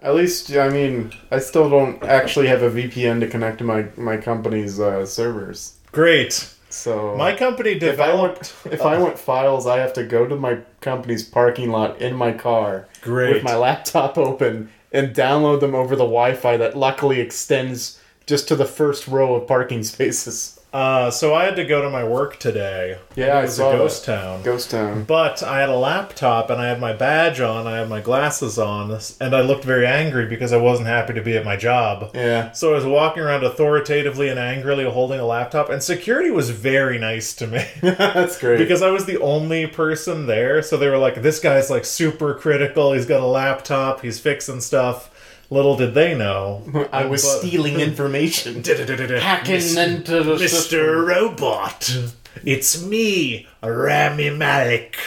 At least, I mean, I still don't actually have a VPN to connect to my my company's uh, servers. Great. So My company if I developed. want if I want files, I have to go to my company's parking lot in my car Great. with my laptop open and download them over the Wi-Fi that luckily extends just to the first row of parking spaces. Uh, so I had to go to my work today. Yeah, it was I saw a ghost that. town. Ghost town. But I had a laptop and I had my badge on, I had my glasses on, and I looked very angry because I wasn't happy to be at my job. Yeah. So I was walking around authoritatively and angrily holding a laptop, and security was very nice to me That's great. because I was the only person there. So they were like, this guy's like super critical, he's got a laptop, he's fixing stuff. Little did they know. I was stealing information. Hacking into the Mr. Robot, it's me, Rami Malik.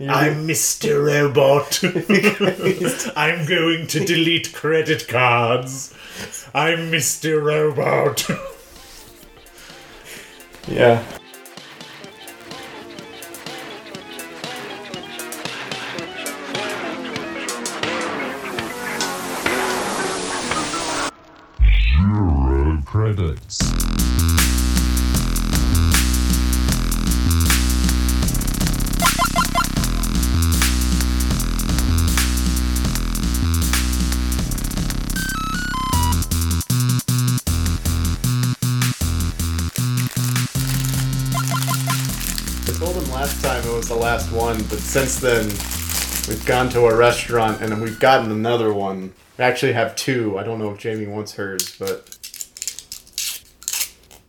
I'm Mr. Robot. I'm going to delete credit cards. I'm Mr. Robot. Yeah. Zero credits. I told him last time it was the last one, but since then we've gone to a restaurant and we've gotten another one. We actually have two. I don't know if Jamie wants hers, but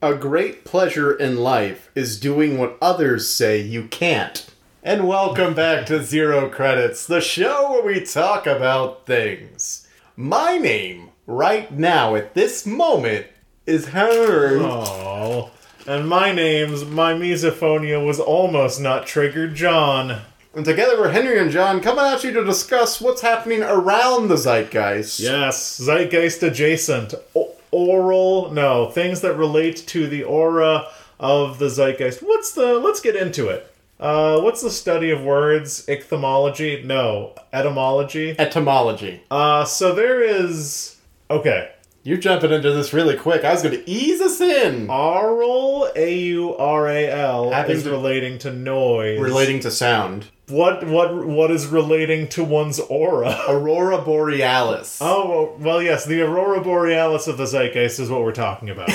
a great pleasure in life is doing what others say you can't. And welcome back to Zero Credits, the show where we talk about things. My name right now at this moment is Howard. Oh. And my name's my misophonia was almost not triggered, John. And together we're Henry and John coming at you to discuss what's happening around the zeitgeist. Yes, zeitgeist adjacent. O- oral, no, things that relate to the aura of the zeitgeist. What's the, let's get into it. Uh, what's the study of words? Ichthyology? No, etymology. Etymology. Uh, so there is, okay, You're jumping into this really quick. I was going to ease us in. Uh, aural, A-U-R-A-L, Having is to- relating to noise. Relating to sound. What, what, what is relating to one's aura? Aurora Borealis. Oh, well, yes, the aurora borealis of the zeitgeist is what we're talking about.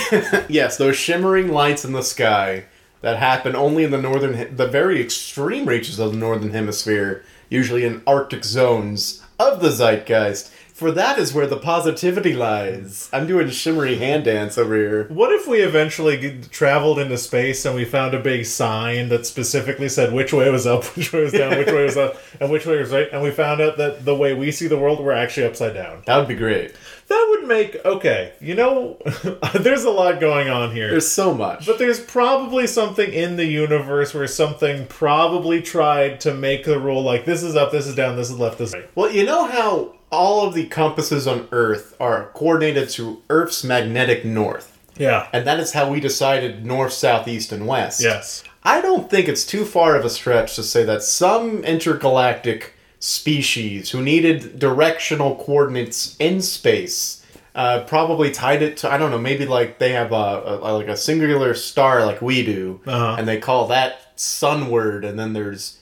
Yes, those shimmering lights in the sky that happen only in the northern, he- the very extreme reaches of the northern hemisphere, usually in arctic zones of the zeitgeist. For that is where the positivity lies. I'm doing a shimmery hand dance over here. What if we eventually g traveled into space and we found a big sign that specifically said which way was up, which way was down, which way was up, and which way was right, and we found out that the way we see the world, we're actually upside down? That would be great. That would make, okay, you know, there's a lot going on here. There's so much. but there's probably something in the universe where something probably tried to make the rule like this is up, this is down, this is left, this is right. Well, you know how all of the compasses on Earth are coordinated to Earth's magnetic north, Yeah. and that is how we decided north, south, east, and west. Yes. I don't think it's too far of a stretch to say that some intergalactic species who needed directional coordinates in space uh, probably tied it to I don't know maybe like they have a, a like a singular star like we do, Uh-huh. and they call that sunward, and then there's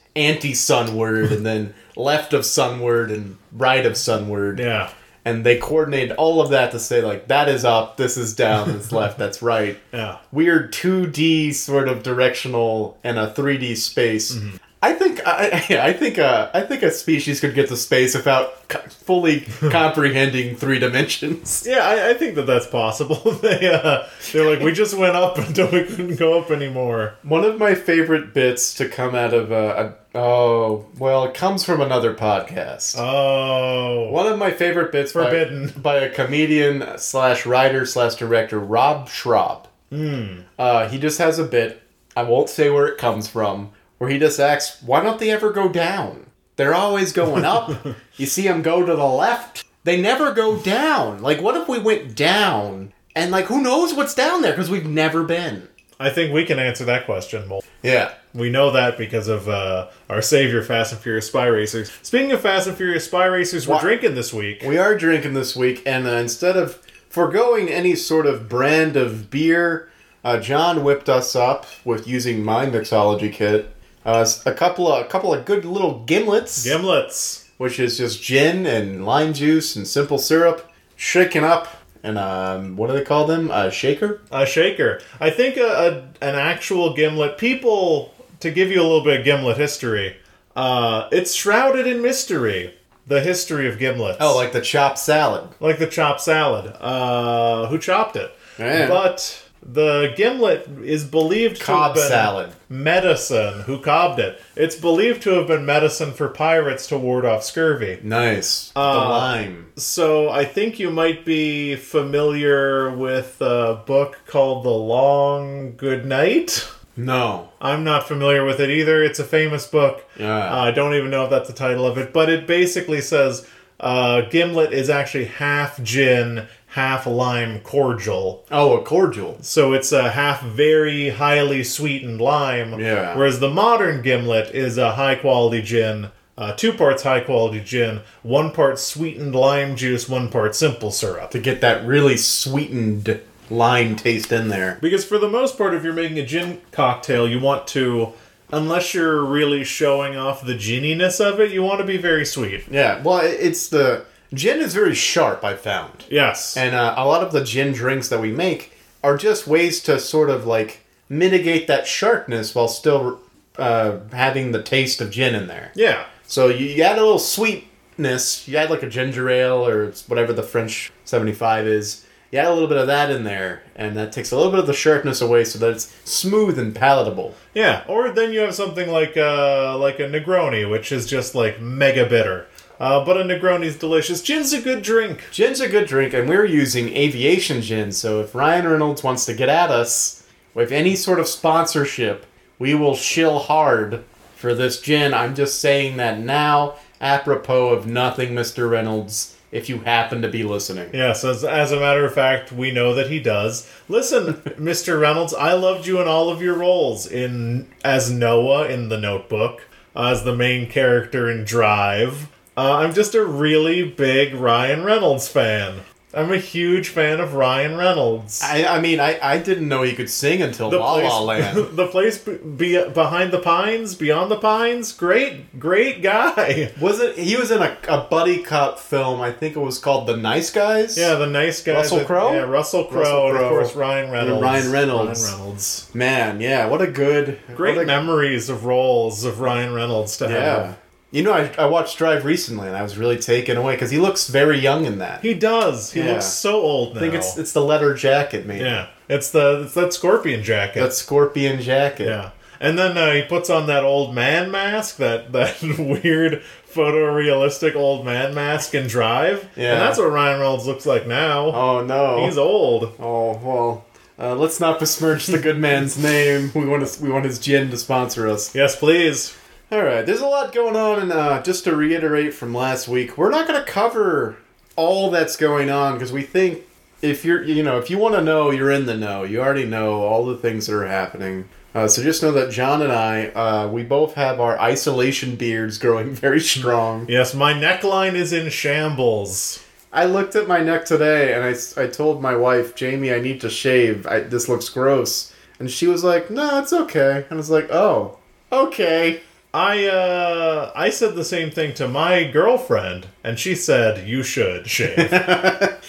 anti-sunward, and then left of sunward and right of sunward Yeah. and they coordinated all of that to say like that is up, this is down, this is left, that's right. Yeah. Weird 2D sort of directional and a 3D space. I think I, I- I think uh, I think a species could get to space without co- fully comprehending three dimensions. Yeah, I, I think that that's possible. they, uh, they're like, we just went up until we couldn't go up anymore. One of my favorite bits to come out of uh, a oh well, it comes from another podcast. Oh. One of my favorite bits by- Forbidden. by, a comedian slash writer slash director Rob Schraub. Uh, he just has a bit. I won't say where it comes from. Where he just asks, "Why don't they ever go down? They're always going up. you see them go to the left. They never go down. Like, what if we went down? And like, who knows what's down there? Because we've never been. I think we can answer that question, Mole. Yeah. We know that because of uh, our savior, Fast and Furious Spy Racers. Speaking of Fast and Furious Spy Racers, we're Wha- drinking this week. We are drinking this week, and uh, instead of foregoing any sort of brand of beer, uh, John whipped us up with using my mixology kit. Uh, s- a couple of a couple of good little gimlets, Gimlets. which is just gin and lime juice and simple syrup, shaken up, and um, what do they call them? A shaker. A shaker. I think a, a, an actual gimlet. People, to give you a little bit of gimlet history, uh, it's shrouded in mystery. The history of gimlets. Oh, like the chopped salad. like the chopped salad. Uh, who chopped it? Yeah. But the gimlet is believed Cobb to have been salad. medicine. Who cobbed it? It's believed to have been medicine for pirates to ward off scurvy. Nice. the lime. So I think you might be familiar with a book called The Long Good Night. No. I'm not familiar with it either. It's a famous book. Yeah. Uh, I don't even know if that's the title of it, but it basically says uh, Gimlet is actually half gin, half lime cordial. Oh, a cordial. So it's a half very highly sweetened lime. Yeah. Whereas the modern Gimlet is a high quality gin, uh, two parts high quality gin, one part sweetened lime juice, one part simple syrup. To get that really sweetened lime taste in there. Because for the most part, if you're making a gin cocktail, you want to, unless you're really showing off the ginniness of it, you want to be very sweet. Yeah, well, it- it's the gin is very sharp. I found, Yes. and uh, a lot of the gin drinks that we make are just ways to sort of like mitigate that sharpness while still uh, having the taste of gin in there. yeah. So you, you add a little sweetness. You add like a ginger ale or it's whatever the French seventy five is. You add a little bit of that in there, and that takes a little bit of the sharpness away, so that it's smooth and palatable. Yeah. Or then you have something like uh, like a Negroni, which is just like mega bitter. Uh, but a Negroni's delicious. Gin's a good drink. Gin's a good drink, and we're using aviation gin. So if Ryan Reynolds wants to get at us with any sort of sponsorship, we will shill hard for this gin. I'm just saying that now, apropos of nothing, Mr. Reynolds, if you happen to be listening. Yes, as, as a matter of fact, we know that he does. Listen, Mr. Reynolds, I loved you in all of your roles in as Noah in The Notebook, as the main character in Drive. Uh, I'm just a really big Ryan Reynolds fan. I'm a huge fan of Ryan Reynolds. I, I mean, I, I didn't know he could sing until La La Land. the place be, be, behind the pines, beyond the pines. Great, great guy. was it? He was in a, a buddy cop film. I think it was called The Nice Guys. Yeah, the nice guy. Russell Crowe? Yeah, Russell Crowe, Russell and of Crowe. course Ryan Reynolds. Ryan Reynolds. Ryan Reynolds. Man, yeah, what a good, Great what a memories of roles of Ryan Reynolds to Yeah. have. You know, I, I watched Drive recently, and I was really taken away because he looks very young in that. He does. He Yeah. looks so old now. I think it's it's the leather jacket, man. yeah. It's the it's that scorpion jacket. That scorpion jacket. yeah. And then uh, he puts on that old man mask, that that weird photorealistic old man mask in Drive. Yeah. And that's what Ryan Reynolds looks like now. Oh no. He's old. oh well. Uh, let's not besmirch the good man's name. We want to, we want his gin to sponsor us. Yes, please. All right, there's a lot going on, and uh, just to reiterate from last week, we're not going to cover all that's going on because we think if you're, you know, if you want to know, you're in the know. You already know all the things that are happening. Uh, so just know that John and I, uh, we both have our isolation beards growing very strong. Yes, my neckline is in shambles. I looked at my neck today and I, s- I told my wife, Jamie, I need to shave. I, this looks gross. And she was like, no, it's okay. And I was like, oh, okay. I uh I said the same thing to my girlfriend, and she said you should shave.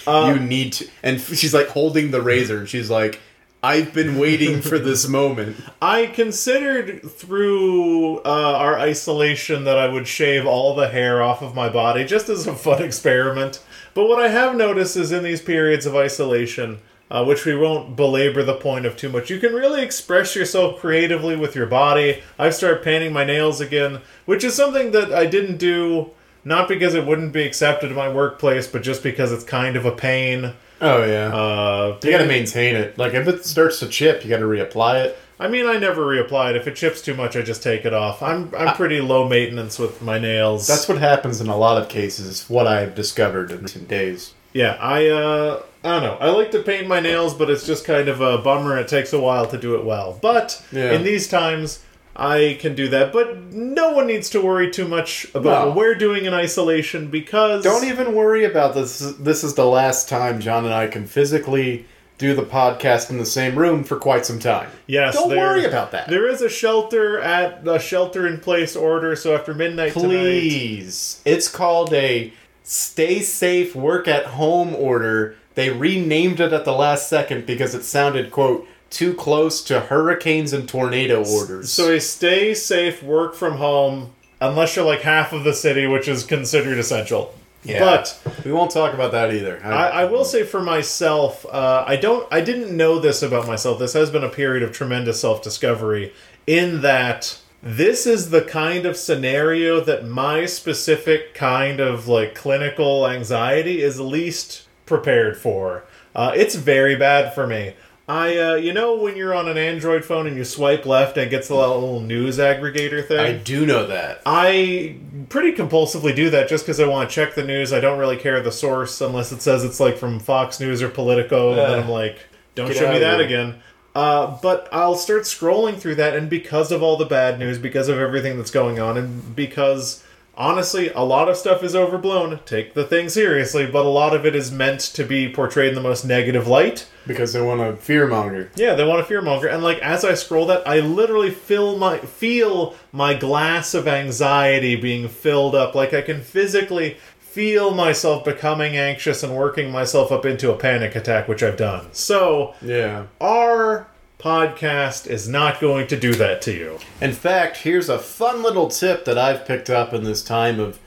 you need to. And f- she's like holding the razor and she's like, I've been waiting for this moment. I considered through uh, our isolation that I would shave all the hair off of my body just as a fun experiment. But what I have noticed is in these periods of isolation, uh, which we won't belabor the point of too much, you can really express yourself creatively with your body. I've started painting my nails again, which is something that I didn't do not because it wouldn't be accepted in my workplace, but just because it's kind of a pain. Oh, yeah. Uh, you gotta maintain it. Like, if it starts to chip, you gotta reapply it. I mean, I never reapply it. If it chips too much, I just take it off. I'm I'm pretty low maintenance with my nails. That's what happens in a lot of cases, what I've discovered in recent days. yeah. I uh I don't know. I like to paint my nails, but it's just kind of a bummer. It takes a while to do it well. But Yeah. in these times, I can do that, but no one needs to worry too much about No. what we're doing in isolation because Don't even worry about this. This is the last time John and I can physically do the podcast in the same room for quite some time. Yes, Don't there- worry about that. There is a shelter at a shelter in place order, so after midnight tonight. Please. It's called a stay safe, work at home order. They renamed it at the last second because it sounded, quote, too close to hurricanes and tornado orders. So a stay safe, work from home, unless you're like half of the city, which is considered essential. Yeah. But we won't talk about that either. I, I will say for myself, uh, I don't, I didn't know this about myself. This has been a period of tremendous self discovery. In that, this is the kind of scenario that my specific kind of like clinical anxiety is least prepared for. Uh, it's very bad for me. I, uh, you know, when you're on an Android phone and you swipe left and it gets a little news aggregator thing. I do know that. I pretty compulsively do that just because I want to check the news. I don't really care the source unless it says it's like from Fox News or Politico, and then I'm like, don't Get show out me of that here. again. Uh, but I'll start scrolling through that, and because of all the bad news, because of everything that's going on, and because honestly, a lot of stuff is overblown. Take the thing seriously, but a lot of it is meant to be portrayed in the most negative light. Because they want to fear monger. Yeah, they want a fearmonger, and like as I scroll that, I literally feel my feel my glass of anxiety being filled up. Like I can physically feel myself becoming anxious and working myself up into a panic attack, which I've done. So Yeah. our podcast is not going to do that to you. In fact, here's a fun little tip that I've picked up in this time of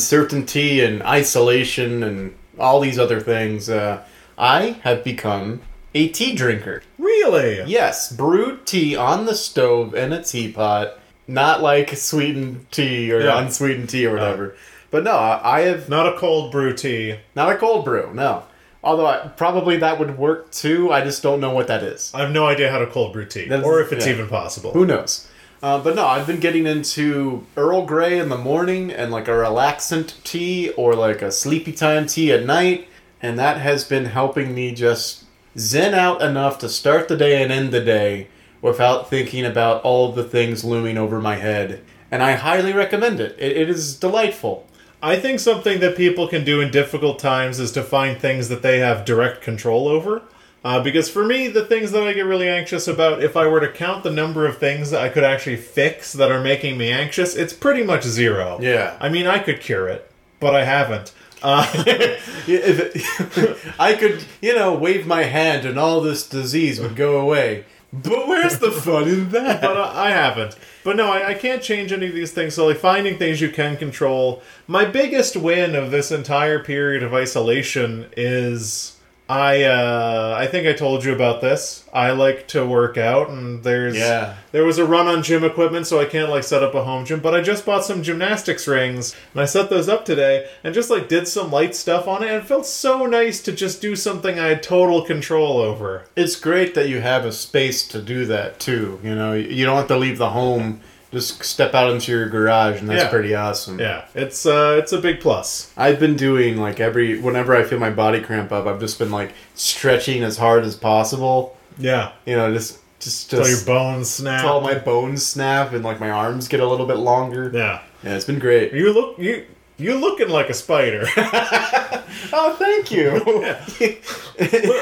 uncertainty and isolation and all these other things. Uh, I have become a tea drinker. Really? Yes, brewed tea on the stove in a teapot, not like sweetened tea or Yeah. unsweetened tea or whatever. But no, I I have Not a cold brew tea. not a cold brew. No, although I, probably that would work too. I just don't know what that is. I have no idea how to cold brew tea, That's- or if it's yeah. even possible. Who knows? Uh, but no, I've been getting into Earl Grey in the morning and like a relaxant tea or like a sleepy time tea at night, and that has been helping me just zen out enough to start the day and end the day without thinking about all of the things looming over my head. And I highly recommend it. It, it is delightful. I think something that people can do in difficult times is to find things that they have direct control over. Uh, because for me, the things that I get really anxious about, if I were to count the number of things that I could actually fix that are making me anxious, it's pretty much zero. Yeah. I mean, I could cure it, but I haven't. Uh, Yeah, if it- I could, you know, wave my hand and all this disease would go away. But where's the fun in that? but uh, I, I haven't. But no, I, I can't change any of these things. So, like finding things you can control. My biggest win of this entire period of isolation is I. Uh, I think I told you about this. I like to work out, and there's Yeah. there was a run on gym equipment, so I can't like set up a home gym. But I just bought some gymnastics rings, and I set those up today, and just like did some light stuff on it, and it felt so nice to just do something I had total control over. it's great that you have a space to do that too. You know, you don't have to leave the home. Just step out into your garage, and that's Yeah. pretty awesome. Yeah, it's uh, it's a big plus. I've been doing like every whenever I feel my body cramp up, I've just been like stretching as hard as possible. Yeah. You know, just just Till your just bones snap. all my bones snap and like my arms get a little bit longer. yeah. Yeah, it's been great. You look you you looking like a spider. Oh, thank you. Li-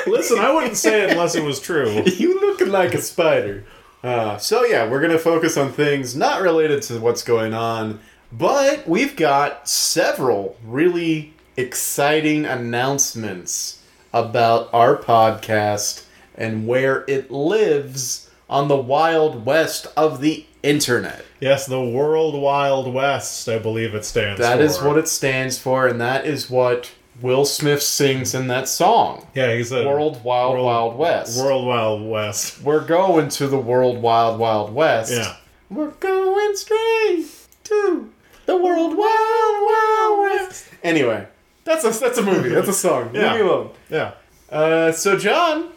Listen, I wouldn't say it unless it was true. you looking like a spider. Uh, so yeah, we're gonna focus on things not related to what's going on, but we've got several really exciting announcements about our podcast and where it lives on the wild west of the internet. Yes, the World Wild West, I believe it stands That for. is what it stands for, and that is what Will Smith sings in that song, Yeah, he's a "World Wild World- Wild West." World Wild West. We're going to the world wild wild west. Yeah. We're going straight to the world wild wild west. Anyway, that's a that's a movie. That's a song. Yeah. Leave me alone. Yeah. Uh, so John.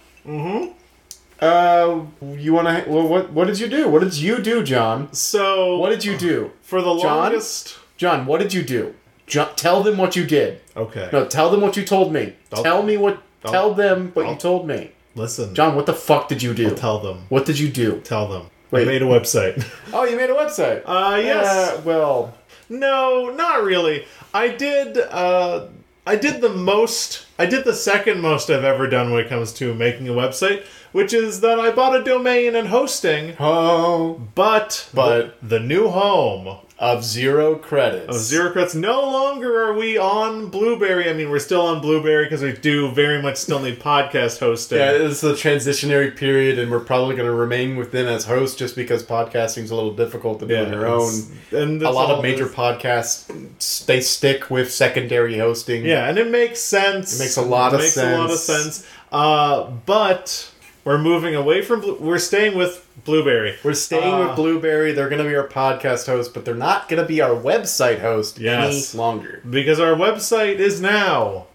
Mm-hmm. Uh, you wanna? Well, what what did you do? What did you do, John? So What did you do, for the John? longest John? What did you do? John, tell them what you did. Okay. No, tell them what you told me. I'll- tell me what. I'll- tell them what I'll- you told me. Listen. John, what the fuck did you do? Tell them. what did you do? Tell them. I Wait. made a website. Oh, you made a website. Uh, yes. Uh, well, No, not really. I did. Uh, I did the most. I did the second most I've ever done when it comes to making a website, which is that I bought a domain and hosting. oh, But But- the, the new home of zero credits. of Zero Crits. No longer are we on Blueberry. I mean, we're still on Blueberry because we do very much still need podcast hosting. Yeah, this is a transitionary period, and we're probably going to remain with them as hosts just because podcasting's a little difficult to do on your own. it's- And A that's lot all of major this- podcasts they stick with secondary hosting. Yeah, and it makes sense. It makes a lot of It Makes a lot of sense. sense. Uh, but we're moving away from. Blue- we're staying with Blueberry. We're staying Ah. with Blueberry. They're going to be our podcast host, but they're not going to be our website host Yes. any longer. because our website is now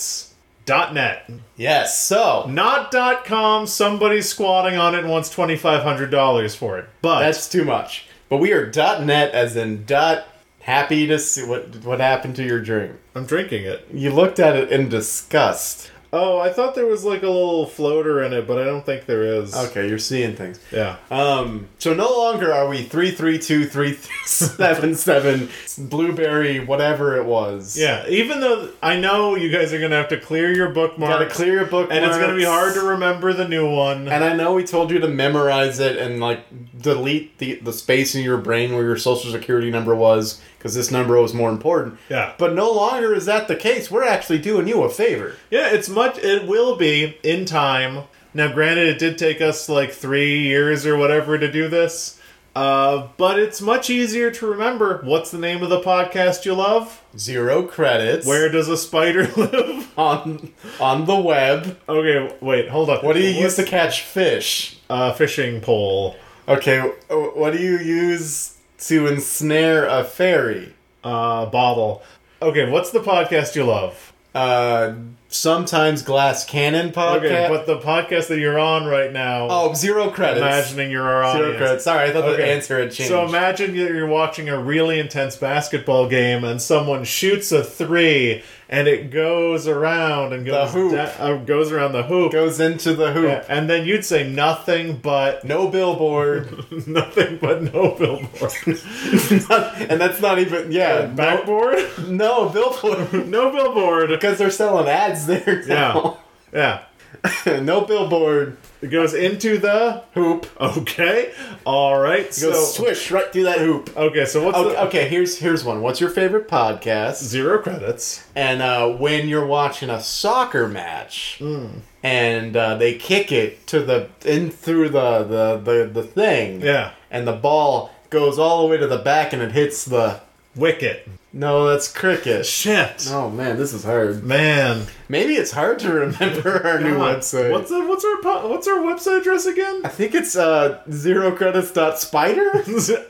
zerocredits.net. Yes. So Not dot .com. Somebody's squatting on it and wants twenty five hundred dollars for it. But that's too much. But we are .net as in dot. Happy to see what what happened to your dream. I'm drinking it. You looked at it in disgust. Oh, I thought there was like a little floater in it, but I don't think there is. Okay, you're seeing things. Yeah. Um, so no longer are we three three two three seven seven blueberry whatever it was. Yeah. Even though I know you guys are gonna have to clear your bookmark. gotta clear your book, and it's gonna be hard to remember the new one. And I know we told you to memorize it and like delete the the space in your brain where your social security number was because this number was more important. Yeah. But no longer is that the case. We're actually doing you a favor. yeah, it's much. It will be in time. Now, granted, it did take us like three years or whatever to do this, uh, but it's much easier to remember. What's the name of the podcast you love? Zero credits. Where does a spider live? on on the web? okay, wait, hold on. What do you use What's- to catch fish? uh, fishing pole? Okay. wh- What do you use to ensnare a fairy? uh, bottle. Okay, what's the podcast you love? Uh, sometimes glass cannon podcast. Okay, but the podcast that you're on right now, oh, zero credits. imagining you're our zero audience. credits. Sorry, I thought the Okay. answer had changed. So imagine that you're watching a really intense basketball game and someone shoots a three and it goes around and goes hoop. da- uh, goes around the hoop. goes into the hoop. Yeah, and then you'd say nothing but No billboard, nothing but no billboard. and that's not even yeah. Backboard? No billboard no billboard. because they're selling ads there. Yeah. Now. Yeah. no billboard It goes into the hoop. Okay. All right. It goes so swish right through that hoop. okay. So what's Okay, the okay, here's here's one. What's your favorite podcast? zero credits? and uh, when you're watching a soccer match and uh, they kick it to the in through the the, the, the thing Yeah. and the ball goes all the way to the back and it hits the Wicket. no that's cricket Shit. oh man this is hard Man. maybe it's hard to remember our new God. website What's the, what's our po- what's our website address again? i think it's uh zero credits dot spider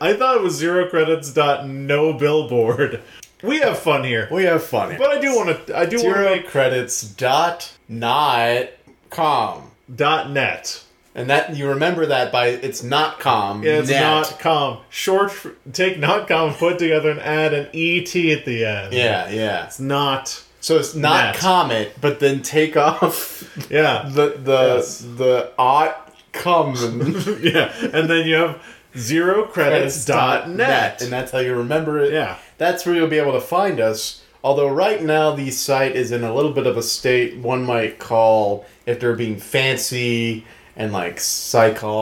I thought it was zero credits dot no billboard. We have fun here, we have fun here. but I do want to I do want to zero make credits dot not com dot net. and that you remember that by it's not com Yeah, It's net. not com. Short for, take not com. Put together and add an et at the end. yeah yeah It's not. So it's not Net. comet, but then take off Yeah. the the Yes. the ought comes and yeah. And then you have zero credits dot net. and that's how you remember it. Yeah. that's where you'll be able to find us. Although right now the site is in a little bit of a state one might call if they're being fancy and like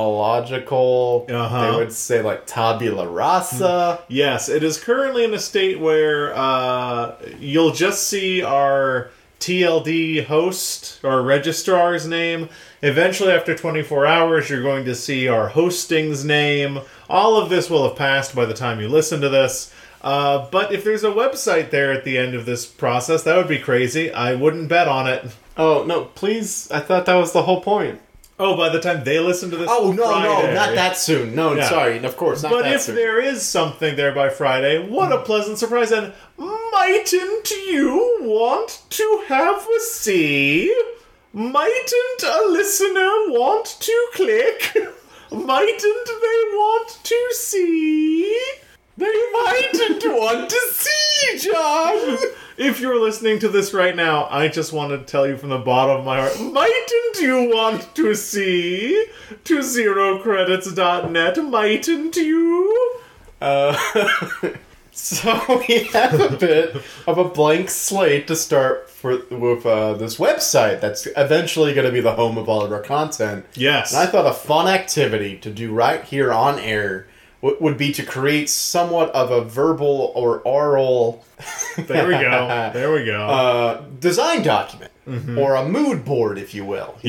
psychological, Uh-huh. they would say like tabula rasa. Yes, it is currently in a state where uh, you'll just see our TLD host or registrar's name. Eventually, after 24 hours, you're going to see our hosting's name. All of this will have passed by the time you listen to this. Uh, but if there's a website there at the end of this process, that would be crazy. I wouldn't bet on it. Oh no, please! I thought that was the whole point. Oh, by the time they listen to this, Oh no, no, Friday. not that soon. No, Yeah. sorry, of course not. But that Hmm. if soon. there is something there by Friday, what a pleasant surprise! And mightn't you want to have a see? Mightn't a listener want to click? Mightn't they want to see? They mightn't want to see, John. If you're listening to this right now, I just want to tell you from the bottom of my heart, mightn't you want to see to zerocredits.net? Mightn't you? So we have a bit of a blank slate to start for with uh, this website that's eventually going to be the home of all of our content. Yes. And I thought a fun activity to do right here on air w- would be to create somewhat of a verbal or oral There we go. There we go. uh, design document or a mood board, if you will. you Mm-hmm.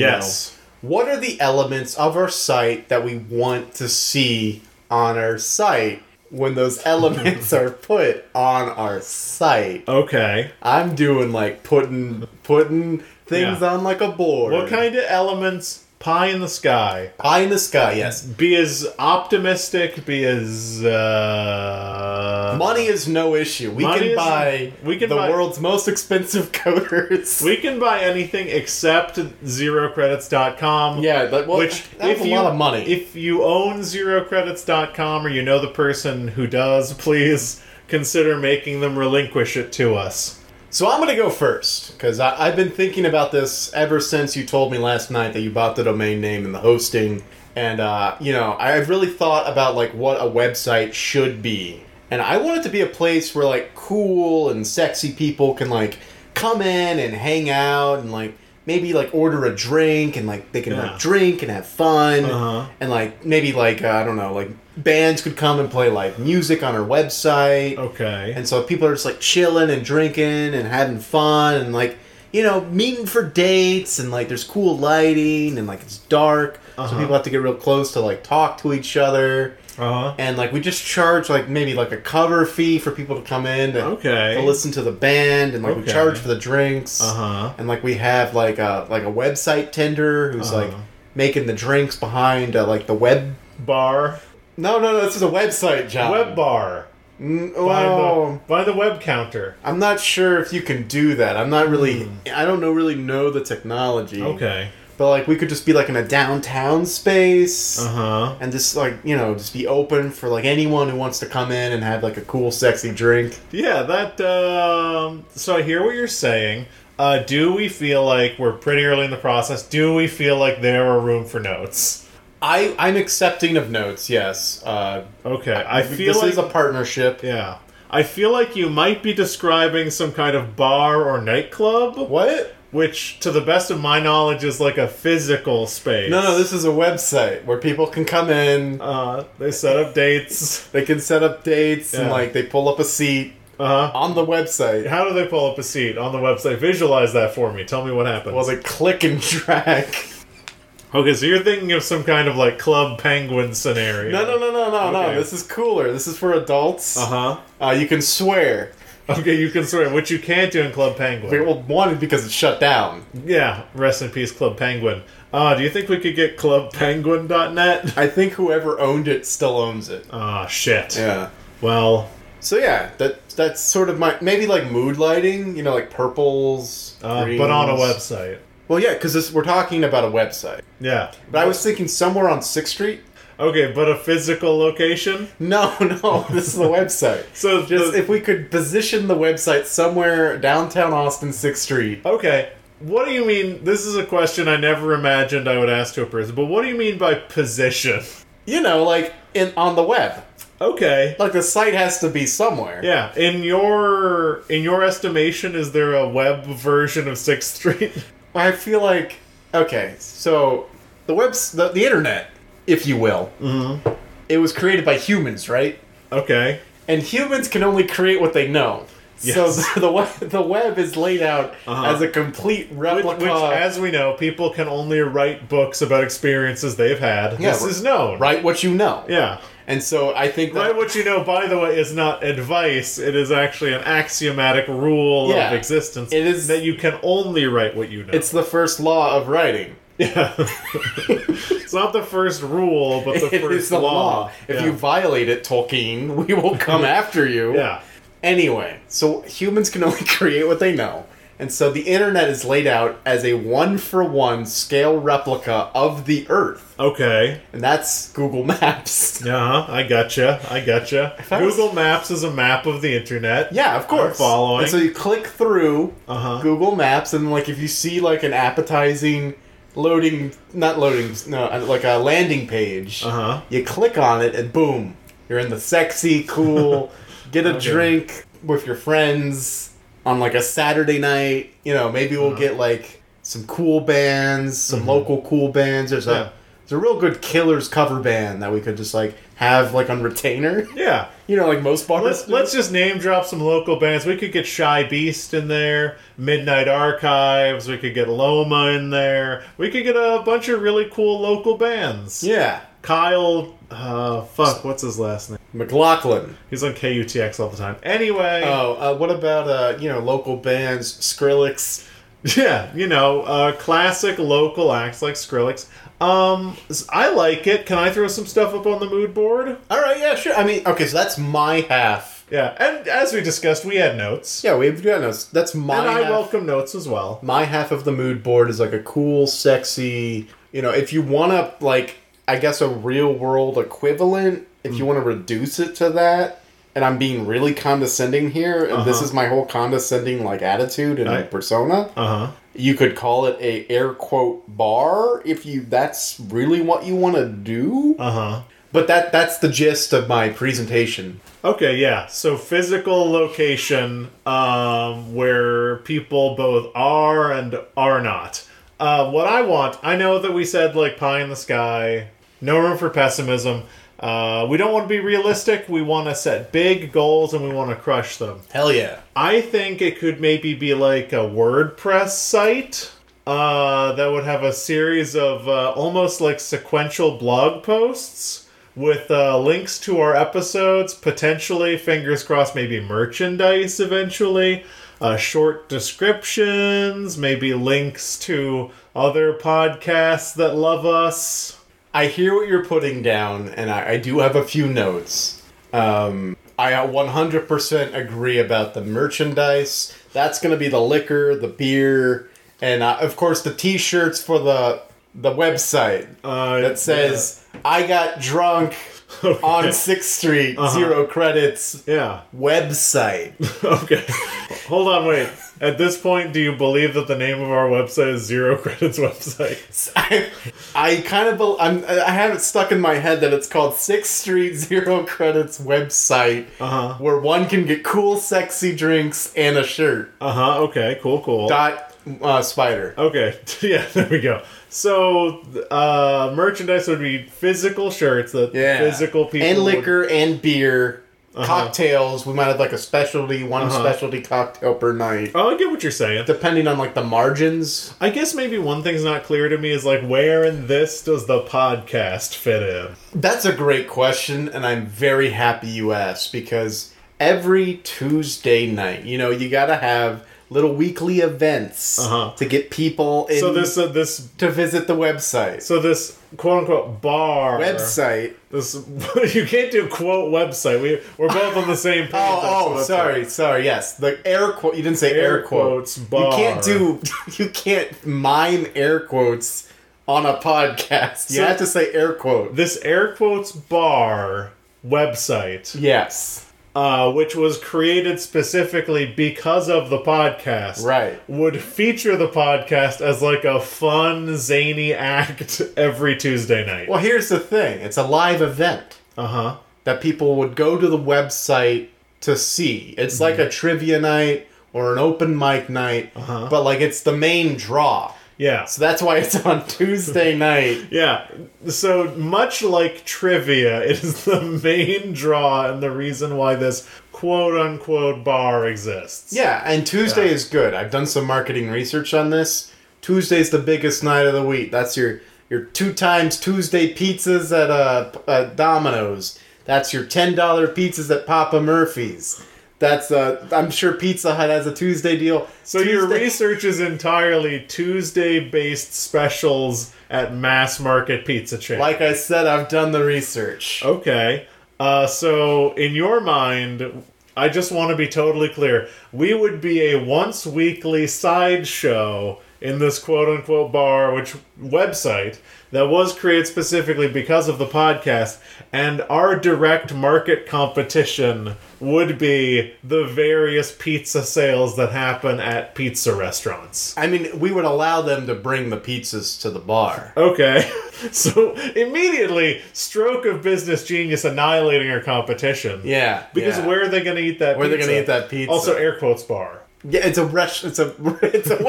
know. Yes. What are the elements of our site that we want to see on our site when those elements are put on our site? okay. I'm doing like putting putting things Yeah. on like a board. What kind of elements? Pie in the sky. Pie in the sky, yes. Be as optimistic. Be as uh, Money is no issue. We Money can is- buy we can the buy- world's most expensive coders. We can buy anything except zerocredits.com. yeah, but well, Which, that's if a you, lot of money. If you own zerocredits.com or you know the person who does, please consider making them relinquish it to us. So I'm gonna go first because I've been thinking about this ever since you told me last night that you bought the domain name and the hosting, and uh, you know I've really thought about like what a website should be, and I want it to be a place where like cool and sexy people can like come in and hang out and like maybe like order a drink and like they can Yeah. like drink and have fun Uh-huh. and like maybe like uh, I don't know like bands could come and play like music on our website. Okay. And so people are just like chilling and drinking and having fun and like, you know, meeting for dates and like there's cool lighting and like it's dark. So people have to get real close to like talk to each other. uh-huh. And like we just charge like maybe like a cover fee for people to come in to, Okay. to listen to the band and like we Okay. charge for the drinks. Uh-huh. And like we have like a like a website tender who's like Uh-huh. making the drinks behind uh, like the web Bar. No, no, no, this is a website, John. Web bar. Mm, By, well- the, by the web counter. I'm not sure if you can do that. I'm not really. I don't know really know the technology. Hmm. Okay. But like we could just be like in a downtown space, Uh-huh. and just like you know just be open for like anyone who wants to come in and have like a cool, sexy drink. Yeah, that. Um, so I hear what you're saying. Uh, do we feel like we're pretty early in the process? Do we feel like there are room for notes? I I'm accepting of notes. Yes. Uh, Okay, I feel this like is a partnership. yeah, I feel like you might be describing some kind of bar or nightclub, What? which, to the best of my knowledge, is like a physical space. No, no. This is a website where people can come in. Uh, they set up dates. They can set up dates and Yeah. like they pull up a seat Uh huh. on the website. How do they pull up a seat on the website? Visualize that for me. Tell me what happens. Well, they click and drag. okay, so you're thinking of some kind of like club penguin scenario. No, no, no, no, no, Okay. no. This is cooler. This is for adults. Uh Uh, you can swear. huh. Okay, you can swear, which you can't do in Club Penguin. Well, one because it's shut down. Yeah, rest in peace, Club Penguin. Uh, do you think we could get clubpenguin.net? I think whoever owned it still owns it. Ah, shit. Yeah. Well, So yeah, that that's sort of my maybe like mood lighting. You know, like purples, uh, greens. but on a website. Well, yeah, because we're talking about a website. Yeah. But I was thinking somewhere on Sixth Street. Okay, but a physical location? No, no, this is the website. So Just the- if we could position the website somewhere downtown Austin, Sixth Street. Okay. What do you mean? This is a question I never imagined I would ask to a person, but what do you mean by position? You know, like in on the web. Okay. Like the site has to be somewhere. Yeah, in your in your estimation, is there a web version of Sixth Street? I feel like okay, so the webs the, the internet, if you will, mm-hmm. it was created by humans, right? okay. And humans can only create what they know. So Yes. the, the web the web is laid out Uh-huh. as a complete Which, replica. which, as we know, people can only write books about experiences they've had. Yeah, this right. is known. write what you know. Yeah. And so I think that Write what you know, by the way, is not advice. It is actually an axiomatic rule Yeah. of existence. It is- that you can only write what you know. it's the first law of writing. yeah. it's not the first rule, but the It first is the law. If yeah. you violate it, Tolkien, we will come after you. yeah, Anyway, so humans can only create what they know. And so the internet is laid out as a one for one scale replica of the Earth. Okay. And that's Google Maps. Uh huh. I gotcha. I gotcha. thought it was- Google Maps is a map of the internet. Yeah, of course. following. And so you click through Uh-huh. Google Maps, and like if you see like an appetizing loading, not loading, no, uh, like a landing page, Uh-huh. you click on it, and boom, you're in the sexy, cool, get a drink with your friends on like a Saturday night. You know, maybe Uh-huh. we'll get like some cool bands, some local cool bands. There's Mm-hmm. Yeah. a there's a real good Killers cover band that we could just like have like on retainer. Yeah. You know, like most bars. Let's do. let's just name drop some local bands. We could get Shy Beast in there, Midnight Archives. We could get Loma in there. We could get a bunch of really cool local bands. yeah. Kyle, uh, fuck, what's his last name? McLaughlin. He's on KUTX all the time. Anyway, Oh, uh, what about uh, you know local bands, Skrillex? yeah, you know, uh, classic local acts like Skrillex. Um, s- I like it. Can I throw some stuff up on the mood board? All right, yeah, sure. I mean, okay, so that's my half. Yeah, and as we discussed, we had notes, Yeah, we've got no, that's my and I half. welcome notes as well. my half of the mood board is like a cool, sexy. You know, if you want to like, I guess a real world equivalent. If you want to reduce it to that, and I'm being really condescending here, and this Uh-huh. is my whole condescending like attitude and Right. like, persona. Uh huh. you could call it a air quote bar if you that's really what you want to do. Uh huh. But that that's the gist of my presentation. Okay, yeah. So physical location um, where people both are and are not. Uh, what I want, I know that we said like pie in the sky, no room for pessimism. Uh, we don't want to be realistic. We want to set big goals and we want to crush them. Hell yeah. I think it could maybe be like a WordPress site uh, that would have a series of uh, almost like sequential blog posts with uh, links to our episodes, potentially, fingers crossed, maybe merchandise eventually, uh, short descriptions, maybe links to other podcasts that love us. I hear what you're putting down and I, I do have a few notes. Um I 100% agree about the merchandise. That's going to be the liquor, the beer, and uh, of course the t-shirts for the the website Uh, that says I got drunk on 6th Street, zero credits Yeah. website. Okay. Hold on, wait. At this point, do you believe that the name of our website is Zero Credits Website? I, I kind of bel- I'm, I have it stuck in my head that it's called Sixth Street Zero Credits website, Uh huh. where one can get cool, sexy drinks and a shirt. Uh huh. Okay. Cool. Cool. Dot uh, spider. okay. yeah. There we go. So, uh, merchandise would be physical shirts that physical people and would- liquor and beer, cocktails. We might have like a specialty one specialty cocktail per night, Oh, I get what you're saying. depending on like the margins. I guess maybe one thing's not clear to me is like where in this does the podcast fit in? That's a great question, and I'm very happy you asked because every Tuesday night, you know, you gotta have little weekly events Uh-huh. to get people in So this uh, this to visit the website. so this quote unquote bar uh, website. This you can't do quote website. We we're both on the same page. Oh, oh, That's website. sorry, sorry. Yes, the air quote. You didn't say air, Air quotes. quotes bar. You can't do. You can't mime air quotes on a podcast. You So- have to say air quote. This air quotes bar website. yes. uh, which was created specifically because of the podcast, Right. would feature the podcast as like a fun, zany act every Tuesday night. Well, here's the thing. It's a live event. Uh huh. that people would go to the website to see. It's like a trivia night or an open mic night, but like it's the main draw. Yeah. So that's why it's on Tuesday night. Yeah. So much like trivia, it is the main draw and the reason why this quote unquote bar exists. Yeah, and Tuesday is good. I've done some marketing research on this. Tuesday's the biggest night of the week. That's your your two times Tuesday pizzas at uh, P- uh Domino's. That's your ten dollar pizzas at Papa Murphy's. That's uh, I'm sure Pizza Hut has a Tuesday deal. So your Tuesday- research is entirely Tuesday-based specials at mass market pizza chains. like I said, I've done the research. Okay. Uh, so, in your mind, I just want to be totally clear. We would be a once weekly sideshow in this quote unquote bar, which website that was created specifically because of the podcast, and our direct market competition would be the various pizza sales that happen at pizza restaurants. I mean, we would allow them to bring the pizzas to the bar. Okay. So immediately, stroke of business genius annihilating our competition. Yeah. Because yeah. where are they going to eat that Where are pizza? they gonna eat that pizza? Also, air quotes bar. Yeah, it's a rush. It's a it's a It's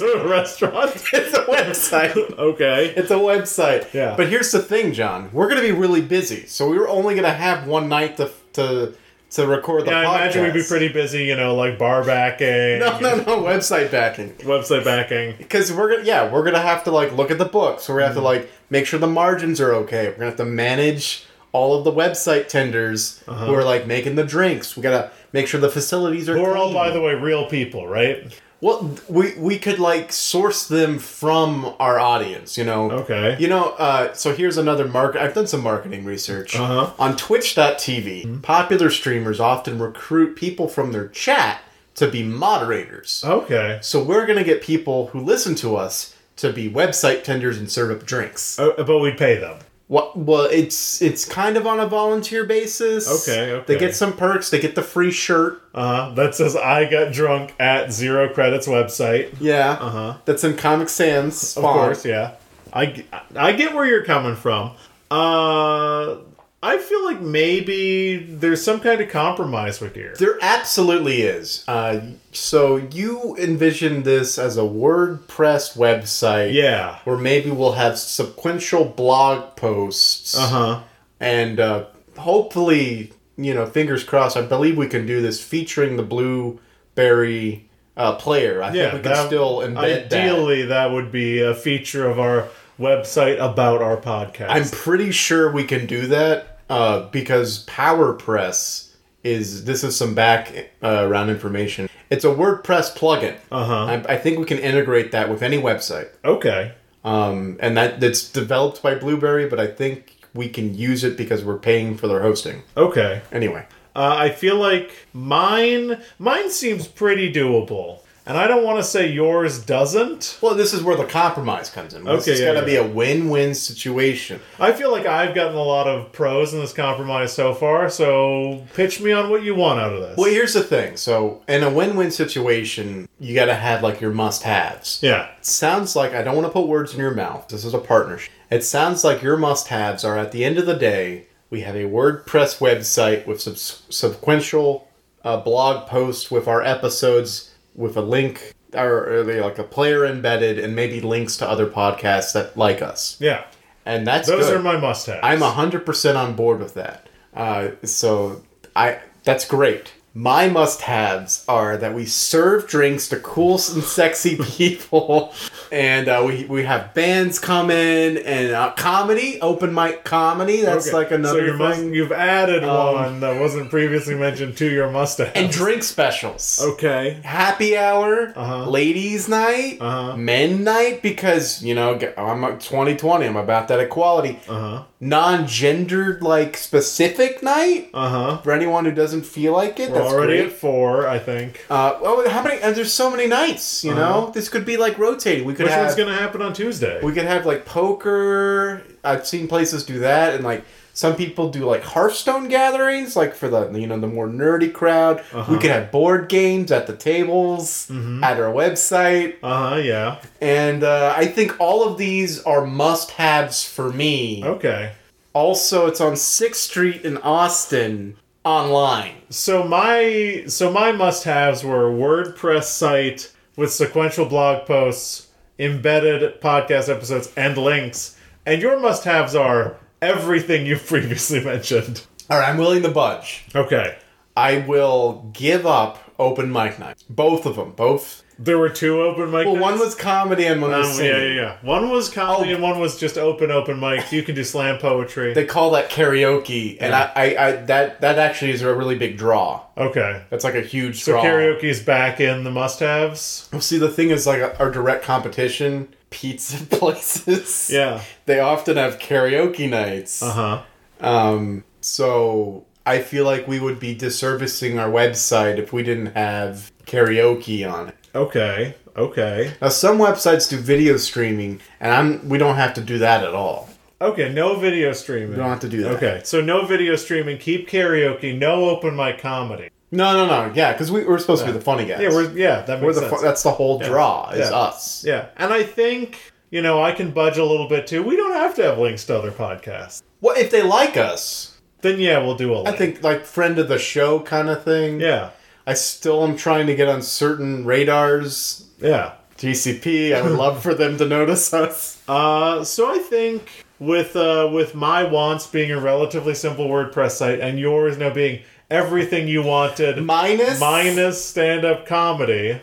website. a restaurant. it's a website. okay. It's a website. Yeah. But here's the thing, John. We're gonna be really busy, so we were only gonna have one night to to to record the Yeah, podcast. I imagine we'd be pretty busy, you know, like bar backing, No, no, no. Website backing. website backing. because we're gonna yeah we're gonna have to like look at the books we're gonna have to Mm-hmm. like make sure the margins are okay we're gonna have to manage all of the website tenders who are like making the drinks we gotta make sure the facilities are Uh-huh. Who are clean. all, by the way, real people, right? well we we could like source them from our audience you know Okay. you know uh, so here's another market i've done some marketing research Uh-huh. Mm-hmm. on twitch.tv popular streamers often recruit people from their chat to be moderators Okay. so we're gonna get people who listen to us to be website tenders and serve up drinks. Oh, but we'd pay them. What? Well, it's it's kind of on a volunteer basis. Okay, okay. They get some perks. They get the free shirt. Uh huh. That says I got drunk at Zero Credits website. Yeah. Uh Uh-huh. That's in Comic Sans. Of course, yeah. I, g- I get where you're coming from. Uh, I feel like maybe there's some kind of compromise with here. There absolutely is. Uh, so you envision this as a WordPress website. Yeah. Where maybe we'll have sequential blog posts. Uh huh. and uh, hopefully, you know, fingers crossed. I believe we can do this featuring the blueberry uh, player. I Yeah. think we can still embed that. ideally, that. would be a feature of our website about our podcast. I'm pretty sure we can do that uh, because PowerPress is this is some back uh, around information. It's a WordPress plugin. Uh-huh. I, I think we can integrate that with any website, okay. um, and that that's developed by Blueberry. But I think we can use it because we're paying for their hosting Okay. anyway. Uh, I feel like mine mine seems pretty doable, and I don't want to say yours doesn't. Well, this is where the compromise comes in. This Okay, has yeah, got to yeah. be a win-win situation. I feel like I've gotten a lot of pros in this compromise so far. So pitch me on what you want out of this. Well, here's the thing. So, in a win-win situation, you got to have like your must-haves. yeah. It sounds like I don't want to put words in your mouth. This is a partnership. It sounds like your must-haves are at the end of the day, we have a WordPress website with sub- sequential uh, blog posts with our episodes with a link or, or like a player embedded and maybe links to other podcasts that like us. Yeah. And that's Those good. are my must-haves. I'm hundred percent on board with that. Uh, so I that's great. My must-haves are that we serve drinks to cool and sexy people, and uh, we we have bands come in and uh, comedy, open mic comedy. That's Okay. like another So your must- thing, Um, you've added one that wasn't previously mentioned to your must-have. and drink specials. okay. Happy hour, Uh-huh. ladies' night, Uh-huh. men night, because you know g- I'm a- 2020. I'm about that equality. Uh huh. Non-gendered, like specific night. Uh huh. for anyone who doesn't feel like it. We're that's already great. at four, I think. Uh, well, how many? And there's so many nights. You know, this could be like rotating. We could Uh-huh. Which have one's gonna happen on Tuesday? we could have like poker. I've seen places do that, and like some people do like Hearthstone gatherings, like for the you know the more nerdy crowd. Uh-huh. We could have board games at the tables Mm-hmm. at our website, uh huh. Yeah. and uh, I think all of these are must-haves for me. Okay. Also, it's on Sixth Street in Austin online. So my so my must-haves were WordPress site with sequential blog posts, embedded podcast episodes, and links. And your must-haves are everything you've previously mentioned. All right, I'm willing to budge. Okay. I will give up open mic night. Both of them. Both. There were two open mic. Well, one nights? was comedy and one was Um, singing. yeah, yeah, yeah. One was comedy and one was just open open mics. You can do slam poetry. They call that karaoke, and I, I, I, that, that actually is a really big draw. okay. That's like a huge So draw. karaoke's back in the must-haves. Well, See, the thing is, like our direct competition, pizza places. Yeah. Uh-huh. They often have karaoke nights. Uh huh. Um. So I feel like we would be disservicing our website if we didn't have karaoke on it. Okay, okay. Now some websites do video streaming and I'm we don't have to do that at all. Okay, no video streaming. We don't have to do that. Okay, so no video streaming, keep karaoke, no open mic comedy. No, no, no. Yeah, cuz we, we're supposed to be the funny guys. Yeah, we're yeah, that makes We're the sense. fu- that's the whole draw is Yeah. us. yeah, and I think you know I can budge a little bit too. We don't have to have links to other podcasts. What if they like us? Then yeah, we'll do a I link. think like friend of the show kind of thing. yeah, I still am trying to get on certain radars. yeah. GCP, I would love for them to notice us. Uh, so I think with uh, with my wants being a relatively simple WordPress site and yours now being everything you wanted Minus minus stand up comedy.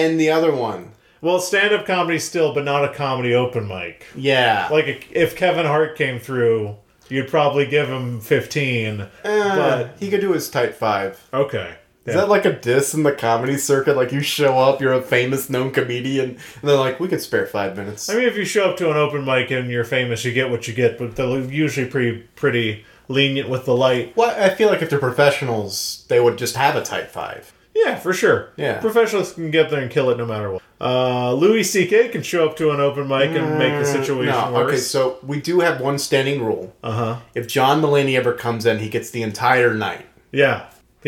and the other one. Well, stand up comedy still, but not a comedy open mic. Yeah. Like a, if Kevin Hart came through, you'd probably give him fifteen. Eh, but- he could do his type five. Okay. Is Yeah. that like a diss in the comedy circuit? Like you show up, you're a famous known comedian, and they're like, "We could spare five minutes." I mean, if you show up to an open mic and you're famous, you get what you get, but they're usually pretty pretty lenient with the light. well, I feel like if they're professionals, they would just have a type five. Yeah, for sure. Yeah. Professionals can get up there and kill it no matter what. Uh, Louis C.K. can show up to an open mic and make the situation Mm, No, worse. okay. So we do have one standing rule: uh huh. if John Mulaney ever comes in, he gets the entire night. Yeah.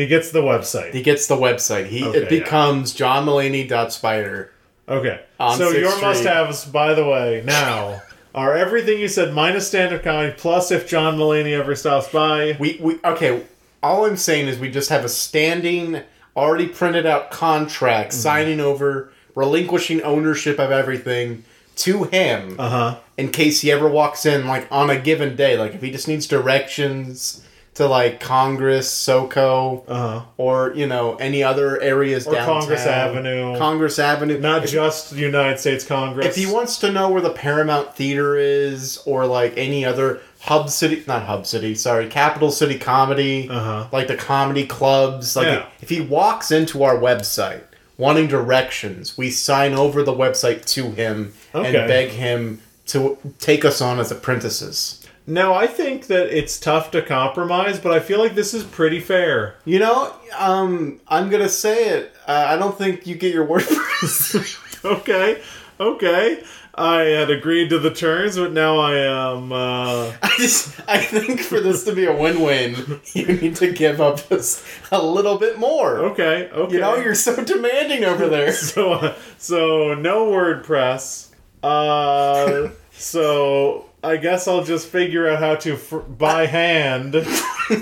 He gets the website. He gets the website. He Okay, yeah. it becomes John Mulaney dot Spider. Okay. On so Sixth your Street. must-haves, by the way, now are everything you said minus stand-up comedy, plus if John Mulaney ever stops by. We we okay. All I'm saying is we just have a standing, already printed out contract, Mm-hmm. signing over, relinquishing ownership of everything to him Uh huh. in case he ever walks in, like on a given day, like if he just needs directions to like Congress, SoCo, Uh huh. or you know any other areas Or downtown, Congress Avenue. Congress Avenue, Not If- just the United States Congress. if he wants to know where the Paramount Theater is or like any other hub city, not hub city, sorry, capital city comedy, Uh-huh. like the comedy clubs, like Yeah. if he walks into our website wanting directions, we sign over the website to him Okay. and beg him to take us on as apprentices. Now I think that it's tough to compromise, but I feel like this is pretty fair. You know, um, I'm gonna say it. Uh, I don't think you get your word first. Okay. Okay. I had agreed to the terms, but now I am. Uh, I just, I think for this to be a win-win, you need to give up just a little bit more. okay. Okay. You know, you're so demanding over there. So, uh, so no WordPress. Uh, so I guess I'll just figure out how to fr- by hand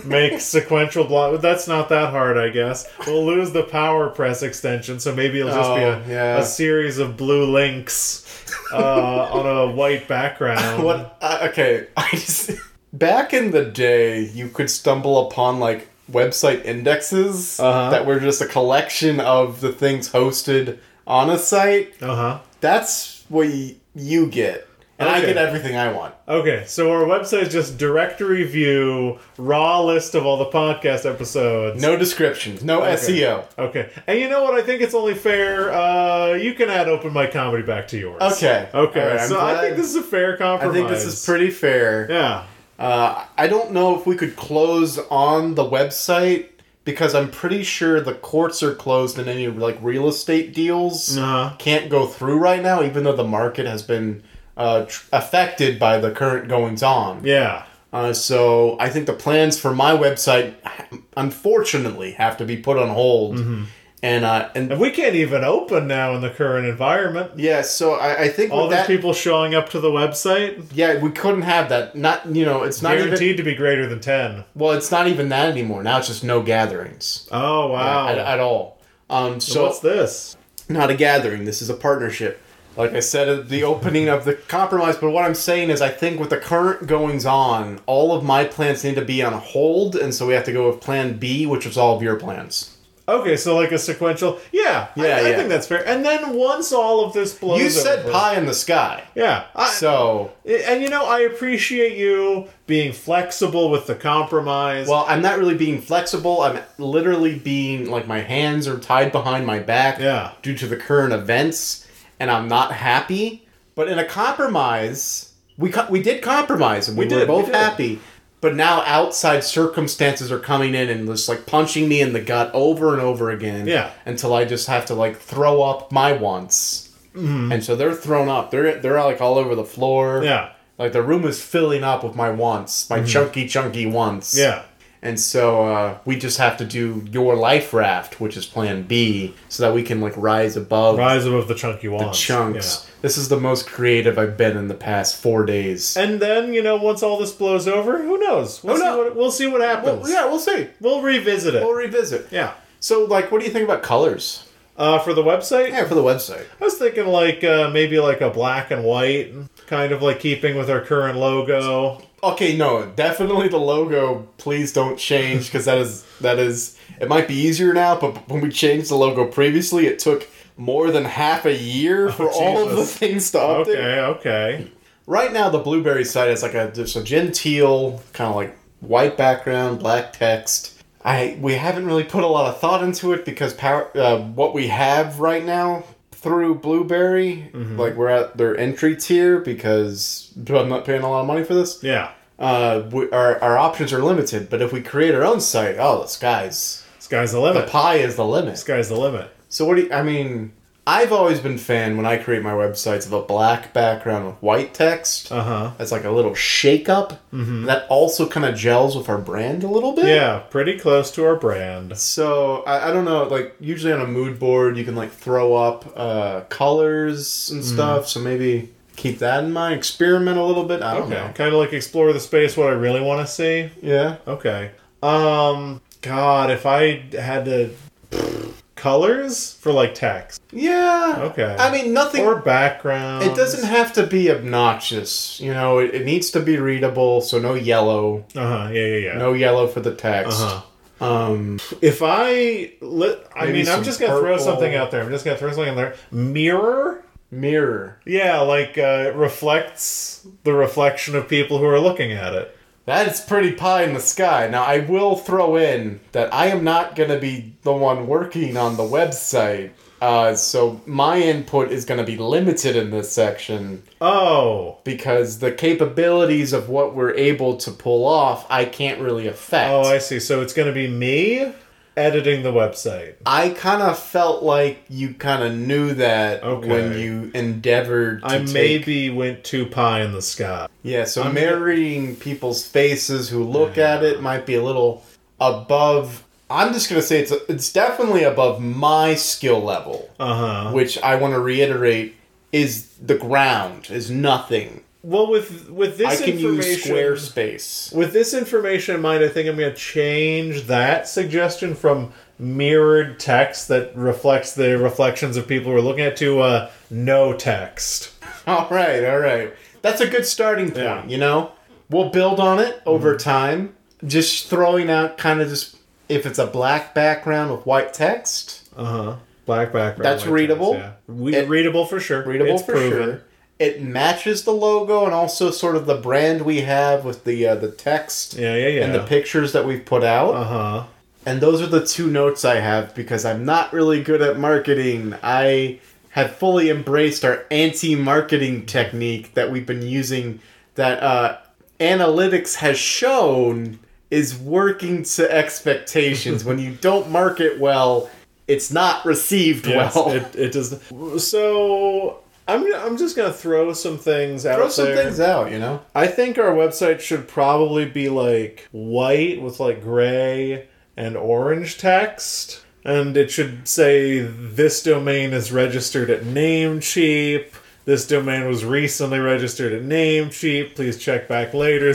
make sequential block. That's not that hard, I guess. We'll lose the PowerPress extension, so maybe it'll just be Oh, a, yeah. a series of blue links uh, on a white background. What? Uh, okay, I just back in the day, you could stumble upon like website indexes Uh-huh. that were just a collection of the things hosted on a site. Uh huh. That's what y- you get, and I Okay. get everything I want. Okay, so our website is just directory view, raw list of all the podcast episodes. No descriptions, no E SEO. Okay. And you know what? I think it's only fair. Uh, you can add open mic comedy back to yours. Okay. Okay. All right, I'm so I glad- think this is a fair I compromise. think this is pretty fair. Yeah. Uh, I don't know if we could close on the website because I'm pretty sure the courts are closed and any like real estate deals Uh-huh. can't go through right now, even though the market has been uh, tr- affected by the current goings on. Yeah. Uh, so I think the plans for my website, unfortunately, have to be put on hold. Mm-hmm. And uh, and And we can't even open now in the current environment. yeah, so I, I think All with these that, people showing up to the website yeah, we couldn't have that. Not you know, it's not guaranteed even to be greater than ten. well, it's not even that anymore. Now it's just no gatherings. Oh wow. at, at all. Um, so What's this? not a gathering. This is a partnership. Like I said at the opening of the compromise, but what I'm saying is, I think with the current goings on, all of my plans need to be on hold, and so we have to go with Plan B, which is all of your plans. Okay, so like a sequential. Yeah. I- Yeah, I, yeah. think that's fair. And then once all of this blows, you said over- pie in the sky, Yeah. I, so and you know I appreciate you being flexible with the compromise. well, I'm not really being flexible. I'm literally being like my hands are tied behind my back Yeah. due to the current events, and I'm not happy. But in a compromise, we co- we did compromise, and we, We were did, we both did. happy. But now outside circumstances are coming in and just like punching me in the gut over and over again. Yeah. Until I just have to like throw up my wants. And so they're thrown up. They're they're like all over the floor. Mm-hmm. Yeah. Mm-hmm. Like the room is filling up with my wants, my chunky chunky wants. Yeah. And so uh, we just have to do your life raft, which is plan B, so that we can like rise above Rise above the chunky the wands. chunks. This is the most creative I've been in the past four days. Yeah. And then, you know, once all this blows over, who knows? We'll, Who see, knows? What, we'll see what happens. Well, yeah, we'll see. We'll revisit it. We'll revisit. yeah. So, like, what do you think about colors? Uh, for the website, Yeah, for the website. I was thinking like uh, maybe like a black and white, kind of like keeping with our current logo. Okay, no, definitely the logo. Please don't change because that is that is. It might be easier now, but when we changed the logo previously, it took more than half a year for all of the Jesus. things to update. Okay, okay. Right now, the blueberry side is like a just a genteel kind of like white background, black text. I we haven't really put a lot of thought into it because power uh, what we have right now through blueberry, like we're at their entry tier because I'm not paying a lot of money for this. Yeah. Uh, we, our our options are limited, but if we create our own site, oh, the sky's Sky's the the limit. pie is the limit. Sky's the limit. So what do you, I mean? I've always been fan when I create my websites of a black background with white text. Uh huh. That's like a little shake up that also kind of gels with our brand a little bit. Mm-hmm. Yeah, pretty close to our brand. So I, I don't know. Like usually on a mood board, you can like throw up uh, colors Mm-hmm. and stuff. So maybe keep that in mind. Experiment a little bit. I don't Okay. know. Kind of like explore the space, what I really want to see. Yeah. Okay. Um, God, if I had to. Colors for like text Yeah. Okay. I mean nothing. or background. it doesn't have to be obnoxious. You know, it, it needs to be readable. So no yellow. Uh huh. Yeah, yeah, yeah. No yellow for the text. Uh-huh. Um, If I let, I Maybe mean, I'm some just gonna throw purple. something out there. I'm just gonna throw something out there. Mirror. mirror. Yeah, like uh, it reflects the reflection of people who are looking at it. That is pretty pie in the sky. Now, I will throw in that I am not going to be the one working on the website. Uh, so my input is going to be limited in this section Oh, because the capabilities of what we're able to pull off, I can't really affect. oh, I see. So it's gonna be me editing the website. I kind of felt like you kind of knew that Okay. when you endeavored to I take- maybe went too pie in the sky. Yeah, so marrying people's faces who look at it might be a little above. I'm just gonna say it's it's definitely above my skill level, Uh huh. which I want to reiterate is the ground is nothing. Well, with with this I can use information, Squarespace. with this information in mind, I think I'm going to change that suggestion from mirrored text that reflects the reflections of people we're looking at to uh, no text. All right, all right. That's a good starting point. Yeah. You know, we'll build on it over time. Just throwing out kind of just if it's a black background with white text. Uh huh. Black background. That's white readable. text, yeah. We, It- readable for sure. readable It's for proven. sure. It matches the logo and also sort of the brand we have with the uh, the text Yeah, yeah, yeah. and the pictures that we've put out. Uh huh. And those are the two notes I have because I'm not really good at marketing. I have fully embraced our anti-marketing technique that we've been using that uh, analytics has shown is working to expectations. when you don't market well, it's not received Yes, well. it, it does. So I'm I'm just gonna throw some things out. Throw some there. things out, you know. I think our website should probably be like white with like gray and orange text. And it should say this domain is registered at Namecheap. This domain was recently registered at Namecheap. Please check back later,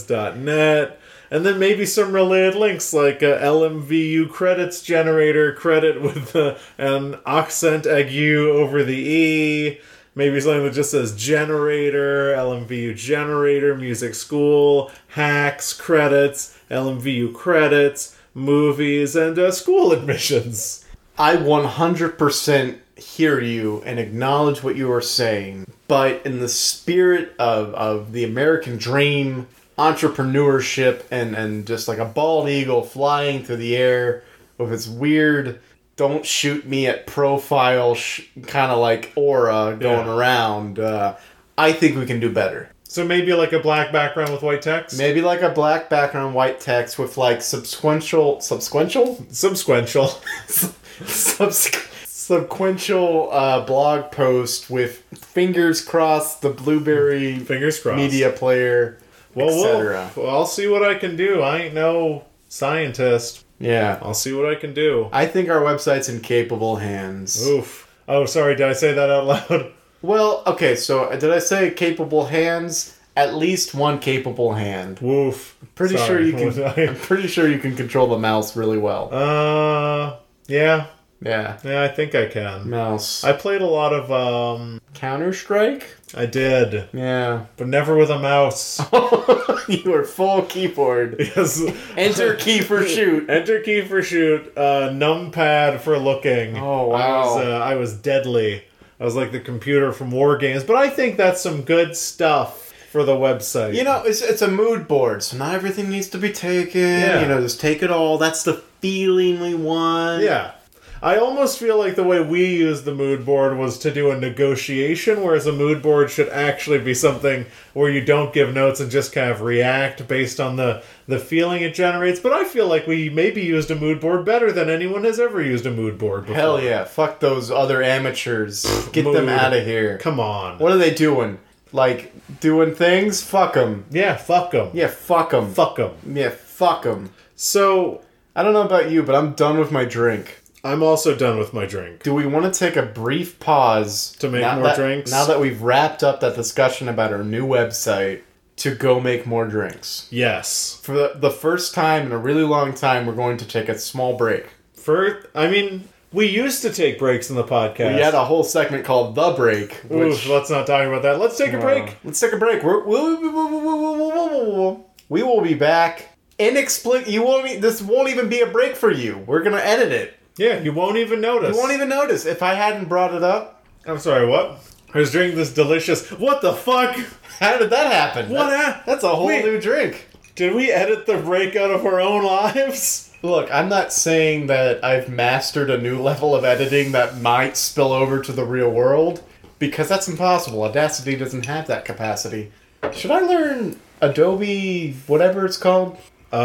zerocredits.net. And then maybe some related links like a LMVU credits generator, credit with the, an accent aigu over the E. Maybe something that just says generator, LMVU generator, music school, hacks, credits, LMVU credits, movies, and uh, school admissions. I 100% hear you and acknowledge what you are saying, but in the spirit of, of the American dream, entrepreneurship, and, and just like a bald eagle flying through the air with its weird, don't shoot me at profile sh- kind of like aura going Yeah. around, uh, I think we can do better. So maybe like a black background with white text. Maybe like a black background, white text with like subsequential, subsequential, Subsequential. Subsequ- subsequential uh, blog post with fingers crossed the blueberry Fingers crossed. media player, Well, etc. well, I'll see what I can do. I ain't no scientist. Yeah, I'll see what I can do. I think our website's in capable hands. Oof. Oh, sorry. Did I say that out loud? Well, okay, so uh, did I say capable hands? At least one capable hand. Woof. Pretty Sorry, sure you was can. I'm I- pretty sure you can control the mouse really well. uh, yeah. yeah, Yeah, I think I can. mouse. I played a lot of um. Counter Strike. I did, Yeah, but never with a mouse. you were full keyboard. Yes. Enter key for shoot. Enter key for shoot. Uh, numpad for looking. Oh, I was, wow. uh, I was deadly. I was like the computer from War Games, but I think that's some good stuff for the website. You know, it's it's a mood board, so not everything needs to be taken. Yeah. You know, just take it all. That's the feeling we want. Yeah. I almost feel like the way we used the mood board was to do a negotiation, whereas a mood board should actually be something where you don't give notes and just kind of react based on the, the feeling it generates. But I feel like we maybe used a mood board better than anyone has ever used a mood board before. Hell yeah! Fuck those other amateurs. Get them mood. out of here. Come on. What are they doing? Like doing things? Fuck them. Yeah, fuck them. Yeah, fuck them. Fuck them. Yeah, fuck them. So, I don't know about you, but I'm done with my drink. I'm also done with my drink. Do we want to take a brief pause To make now more that- drinks? Now that we've wrapped up that discussion about our new website, to go make more drinks. Yes. For the, the first time in a really long time, we're going to take a small break. For, I mean, we used to take breaks in the podcast. We had a whole segment called The Break, which. Oof, let's not talk about that. Let's take a break. Uh, let's take a break. We're, we'll, we'll, we'll, we'll, we'll, we'll, we'll- we will be back. Inexplic. You won't. e- This won't even be a break for you. We're gonna edit it. Yeah, you won't even notice. You won't even notice if I hadn't brought it up. I'm sorry, what? I was drinking this delicious. What the fuck? How did that happen? What That- hap- That's a whole Wait. new drink. Did we edit the break out of our own lives? Look, I'm not saying that I've mastered a new level of editing that might spill over to the real world, because that's impossible. Audacity doesn't have that capacity. Should I learn Adobe, whatever it's called? Uh,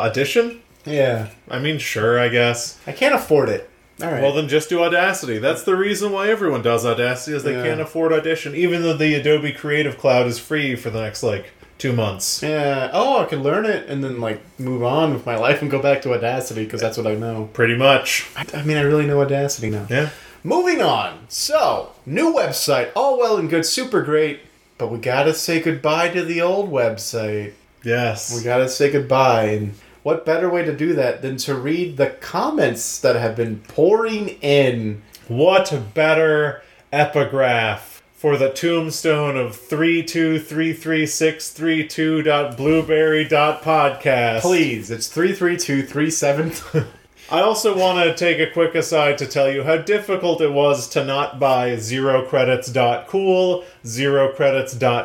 audition? Yeah. I mean, sure, I guess. I can't afford it. All right. Well, then just do Audacity. That's the reason why everyone does Audacity is they Yeah. can't afford Audition, even though the Adobe Creative Cloud is free for the next like two months. yeah. Oh, I could learn it and then like move on with my life and go back to Audacity because that's what I know. Pretty much. I, I mean, I really know Audacity now. Yeah. Moving on. So, new website, all well and good, super great, but we gotta say goodbye to the old website. Yes. We gotta say goodbye, and what better way to do that than to read the comments that have been pouring in? What better epigraph for the tombstone of 3233632.blueberry.podcast? Please, it's three three two three seven. I also want to take a quick aside to tell you how difficult it was to not buy zero credits.cool, zero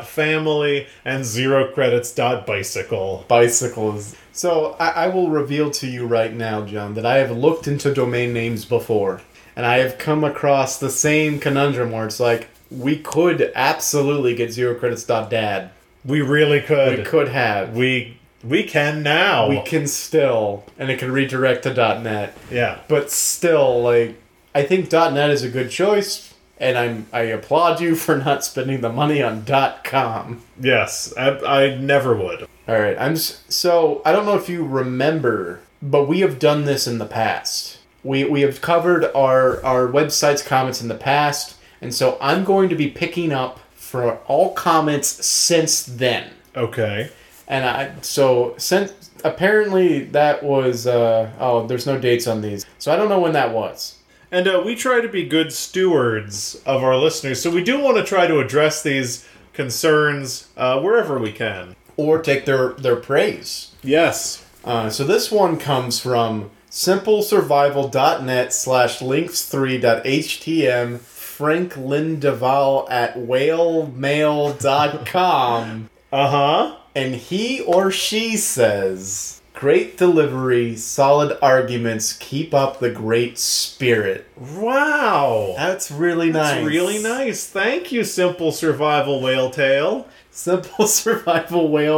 credits.family, and zero credits.bicycle. bicycles. So I, I will reveal to you right now, John, that I have looked into domain names before, and I have come across the same conundrum where it's like we could absolutely get zero credits dot dad. We really could. We could have. We, We, we can now. we can still, and it can redirect to dot net. Yeah. But still, like I think dot net is a good choice, and I'm I applaud you for not spending the money on dot com. Yes. I, I never would. All right, I'm s- so I don't know if you remember, but we have done this in the past. We we have covered our our website's comments in the past, and so I'm going to be picking up for all comments since then. Okay. And I so since apparently that was uh, oh there's no dates on these, so I don't know when that was. And uh, we try to be good stewards of our listeners, so we do want to try to address these concerns uh, wherever we can. Or take their their praise. Yes. Uh, so this one comes from simplesurvival.net slash links3.htm franklin deval at whalemail.com Uh huh. and he or she says Great delivery, solid arguments, keep up the great spirit. Wow. That's really nice. That's really nice. Thank you, Simple Survival Whale Tale.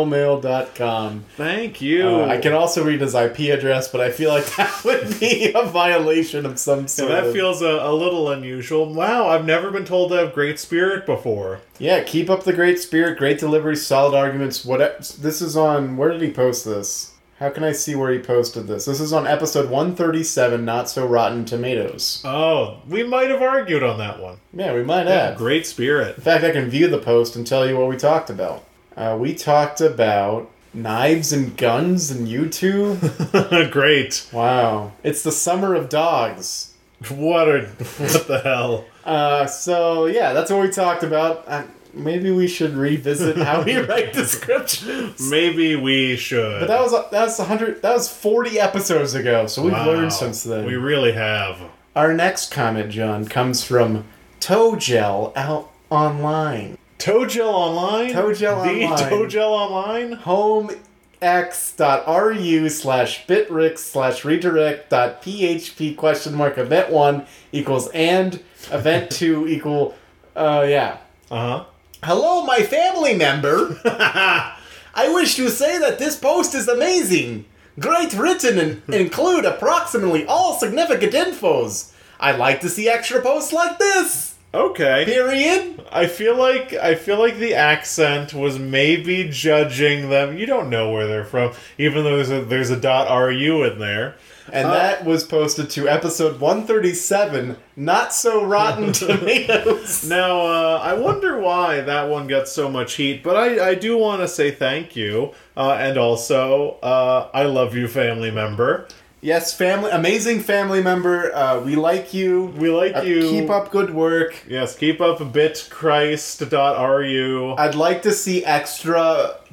SimpleSurvivalWhaleMail.com. Thank you. Uh, I can also read his IP address, but I feel like that would be a violation of some So sort. that of- feels a, a little unusual. Wow, I've never been told to have great spirit before. Yeah, keep up the great spirit, great delivery, solid arguments. What e-, this is on? Where did he post this? How can I see where he posted this? This is on episode one thirty-seven. Not so rotten tomatoes. Oh, we might have argued on that one. Yeah, we might add. Great spirit. In fact, I can view the post and tell you what we talked about. Uh, we talked about knives and guns and YouTube. great. wow, it's the summer of dogs. What a what the hell? Uh, so yeah, that's what we talked about. Uh, maybe we should revisit how we write descriptions. Maybe we should. But that was uh, that was hundred that was forty episodes ago, so we've Wow. learned since then. We really have. Our next comment, John, comes from Toe Gel out online. Toe Gel Online? Toe Gel the Online. Toe Gel Online? homex.ru slash bitrix slash redirect dot php question mark event one equals and event two equal uh yeah Uh Hello, my family member. I wish to say that this post is amazing. Great written and include approximately all significant infos. I'd like to see extra posts like this. huh. Okay. Period. I feel like I feel like the accent was maybe judging them. You don't know where they're from, even though there's a there's a dot ru in there. And that was posted to episode 137, Not So Rotten Tomatoes. Now uh, I wonder why that one got so much heat, but I, I do want to say thank you, uh, and also uh, I love you, family member. yes, family, amazing family member. Uh, we like you. We like Uh, you. Keep up good work. Yes, keep up bitchrist.ru. I'd like to see extra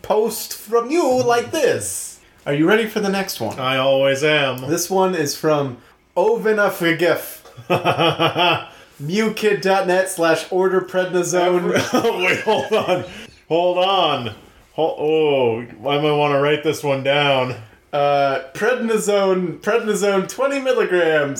posts from you like this. Are you ready for the next one? I always am. This one is from Ovina Forgif. MewKid.net slash order prednisone. Wait, hold on. Hold on. Hol- oh, I might want to write this one down. Uh, prednisone, prednisone 20 milligrams.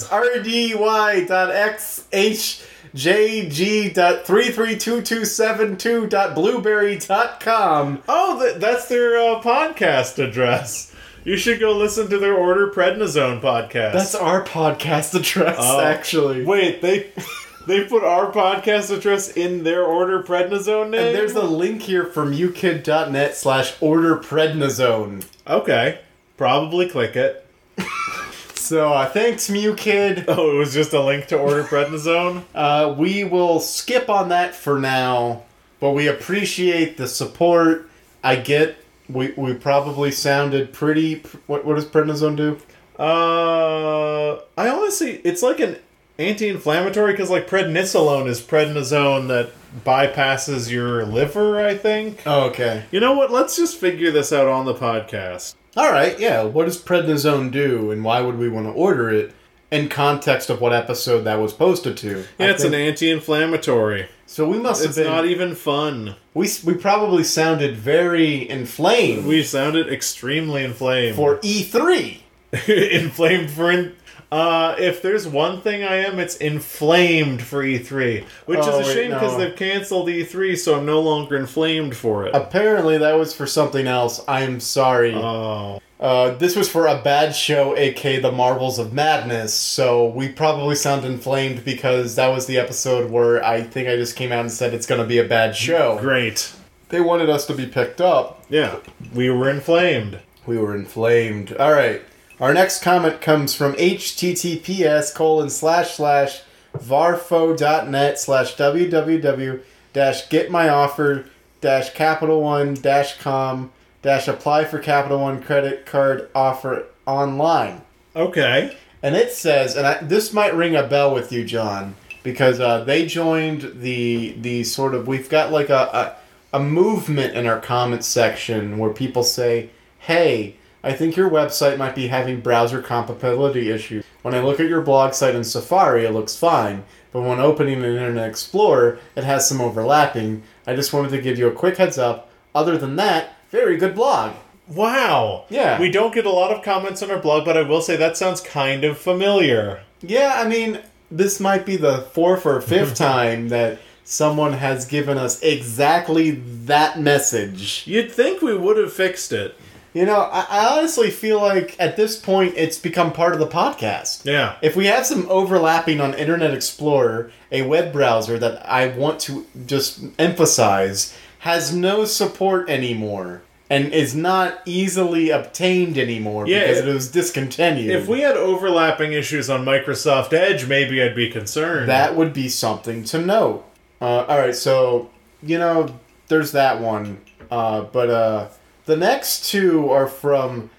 RDY.XHJG.33227.2.blueberry.com. Oh, th- that's their uh, podcast address. You should go listen to their Order Prednisone podcast. That's our podcast address, Oh. actually. Wait, they they put our podcast address in their Order Prednisone name? And there's a link here from ukid.net slash order prednisone. Okay. Probably click it. So uh, thanks, MewKid. Oh, it was just a link to Order Prednisone? Uh, we will skip on that for now, but we appreciate the support. I get we, we probably sounded pretty. What, what does prednisone do? Uh, I honestly, it's like an anti-inflammatory because like prednisolone is prednisone that bypasses your liver. I think. Oh, okay. You know what? Let's just figure this out on the podcast. All right, yeah. What does prednisone do, and why would we want to order it? In context of what episode that was posted to. Yeah, I it's an think- anti-inflammatory. So we must have It's been. not e- even fun. we, s- we probably sounded very inflamed. We sounded extremely inflamed. for E3. inflamed for. In- uh, if there's one thing I am, it's inflamed for E3, which Oh, is a wait, shame because no. they've canceled E3, so I'm no longer inflamed for it. Apparently, that was for something else. I'm sorry. oh. Uh, this was for a bad show, aka The Marvels of Madness, so we probably sound inflamed because that was the episode where I think I just came out and said it's gonna be a bad show. Great. They wanted us to be picked up. Yeah, we were inflamed. We were inflamed. Alright. Our next comment comes from https colon slash slash varfo.net slash www dash get my offer dash capital one dash com dash apply for capital one credit card offer online. Okay. And it says, and I, this might ring a bell with you, John, because uh, they joined the the sort of we've got like a, a a movement in our comments section where people say, "Hey, I think your website might be having browser compatibility issues. When I look at your blog site in Safari, it looks fine, but when opening in Internet Explorer, it has some overlapping. I just wanted to give you a quick heads up. Other than that, very good blog." Wow. Yeah. We don't get a lot of comments on our blog, but I will say that sounds kind of familiar. Yeah, I mean, this might be the fourth or fifth time that someone has given us exactly that message. You'd think we would have fixed it. You know, I, I honestly feel like at this point it's become part of the podcast. Yeah. If we have some overlapping on Internet Explorer, a web browser that I want to just emphasize has no support anymore and is not easily obtained anymore Yeah, because if- it was discontinued. If we had overlapping issues on Microsoft Edge, maybe I'd be concerned. That would be something to note. Uh, all right, so you know, there's that one, uh, but uh, the next two are from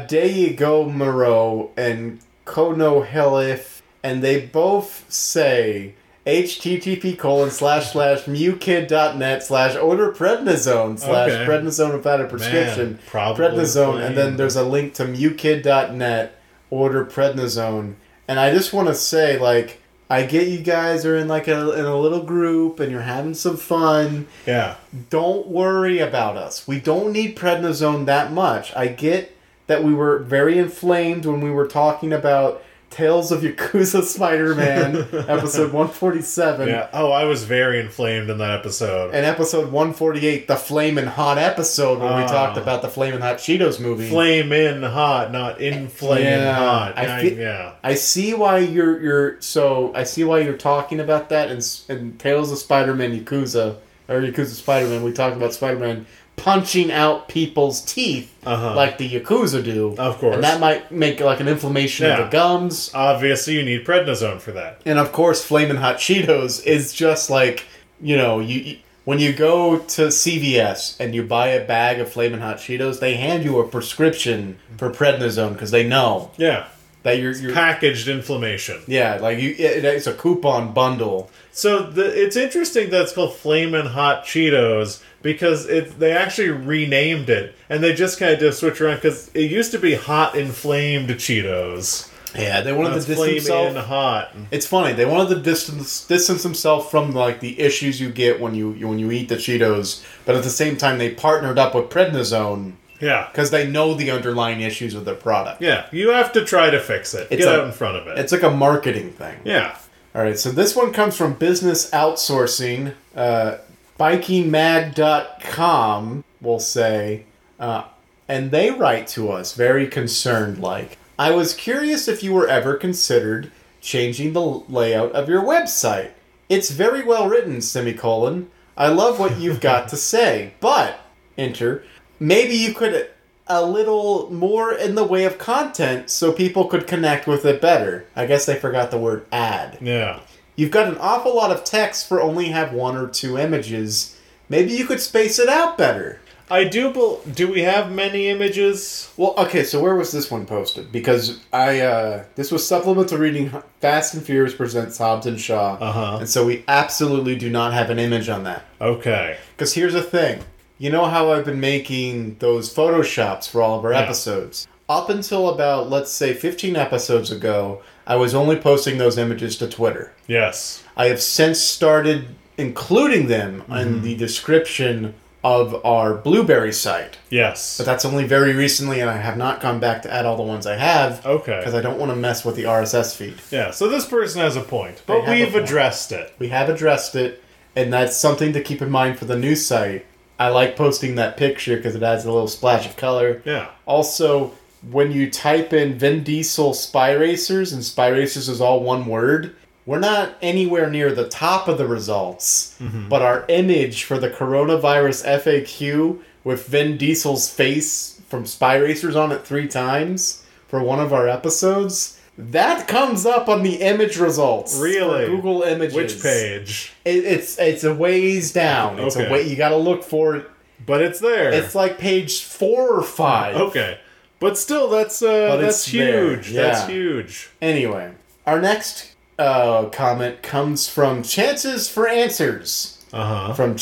Adeigo Moreau and Kono Helif, and they both say http colon slash slash mukid.net slash order prednisone slash Okay. prednisone without a prescription probably prednisone and then plain. there's a link to mukid.net order prednisone and i just want to say like i get you guys are in like a, in a little group and you're having some fun yeah. don't worry about us we don't need prednisone that much i get that we were very inflamed when we were talking about tales of yakuza spider-man episode 147 Yeah. Oh, I was very inflamed in that episode. and episode 148 the flamin' hot episode where we Ah. talked about the flamin' hot cheetos movie Flame in hot, not in flame Yeah, hot. I I- fe- yeah. I see why you're you're so I see why you're talking about that and s- and Tales of Spider-Man Yakuza or Yakuza Spider-Man we talked about Spider-Man punching out people's teeth Uh-huh. like the Yakuza do. Of course. And that might make like an inflammation of Yeah. the gums. Obviously, you need prednisone for that. And of course Flamin' Hot Cheetos is just like, you know, you, you when you go to CVS and you buy a bag of Flamin' Hot Cheetos, they hand you a prescription for prednisone because they know Yeah. that you're, you're Packaged inflammation. Yeah, like you, it, it's a coupon bundle. So the, it's interesting that it's called Flamin' Hot Cheetos because it they actually renamed it and they just kind of did a switch around because it used to be Hot Inflamed Cheetos. Yeah, they wanted That's to distance Flame in themselves. Hot. It's funny they wanted to distance distance themselves from like the issues you get when you when you eat the Cheetos, but at the same time they partnered up with prednisone Yeah, because they know the underlying issues of their product. yeah. You have to try to fix it. It's Get a- out in front of it. It's like a marketing thing. yeah. All right, so this one comes from business outsourcing. Uh, BikingMag.com will say, uh, and they write to us very concerned like, I was curious if you were ever considered changing the layout of your website. It's very well written, semicolon. I love what you've got to say, but, enter, maybe you could uh, a little more in the way of content so people could connect with it better. I guess they forgot the word ad. Yeah. You've got an awful lot of text for only have one or two images. Maybe you could space it out better. I do. Bel- do we have many images? Well, okay, so where was this one posted? Because I uh, this was supplemental reading. Fast and Furious presents Hobbs and Shaw, Uh-huh. and so we absolutely do not have an image on that. Okay. Because here's the thing. You know how I've been making those photoshops for all of our Yeah. episodes? Up until about, let's say, 15 episodes ago, I was only posting those images to Twitter. Yes. I have since started including them in the description of our Blueberry site. Yes. But that's only very recently, and I have not gone back to add all the ones I have. Okay. Because I don't want to mess with the RSS feed. yeah. So this person has a point, They but have a we've point. addressed it. We have addressed it, and that's something to keep in mind for the new site. I like posting that picture because it adds a little splash of color. Yeah. Also, when you type in Vin Diesel Spy Racers, and Spy Racers is all one word, we're not anywhere near the top of the results, Mm-hmm. but our image for the coronavirus FAQ with Vin Diesel's face from Spy Racers on it three times for one of our episodes. That comes up on the image results. for Really? Google Images. Which page? It, it's it's a ways down. It's Okay. a way you got to look for it. But it's there. It's like page four or five. Okay. But still, that's uh, But that's it's there, huge. yeah. That's huge. Anyway, our next uh, comment comes from Chances for Answers Uh huh. from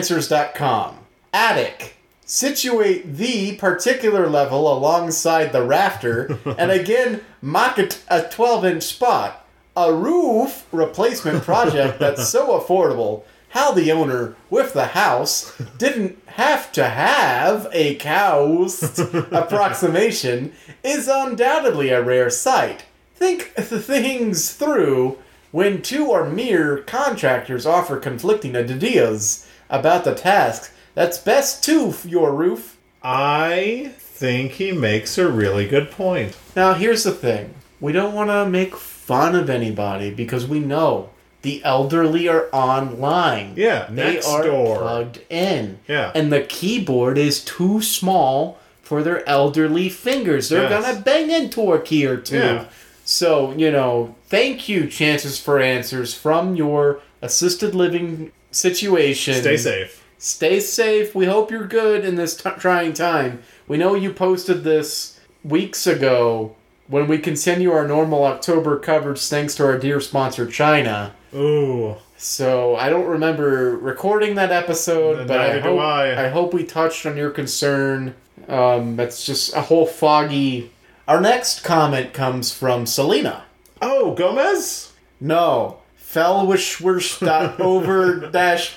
chancesforanswers.com. Attic. Situate the particular level alongside the rafter, and again, mock it a 12 inch spot. A roof replacement project that's so affordable. how the owner with the house didn't have to have a cows approximation is undoubtedly a rare sight. Think the things through when two or mere contractors offer conflicting ideas about the task that's best to f- your roof. I think he makes a really good point. Now, here's the thing we don't want to make fun of anybody because we know the elderly are online. Yeah, they next are door. plugged in. Yeah. And the keyboard is too small for their elderly fingers. They're Yes. going to bang into a key or two. Yeah. So, you know, thank you, Chances for Answers, from your assisted living situation. Stay safe. Stay safe. We hope you're good in this t- trying time. We know you posted this weeks ago when we continue our normal October coverage thanks to our dear sponsor, China. Ooh. So I don't remember recording that episode, N- but I neither do hope, I. I hope we touched on your concern. Um, that's just a whole foggy. Our next comment comes from Selena. Oh, Gomez? No,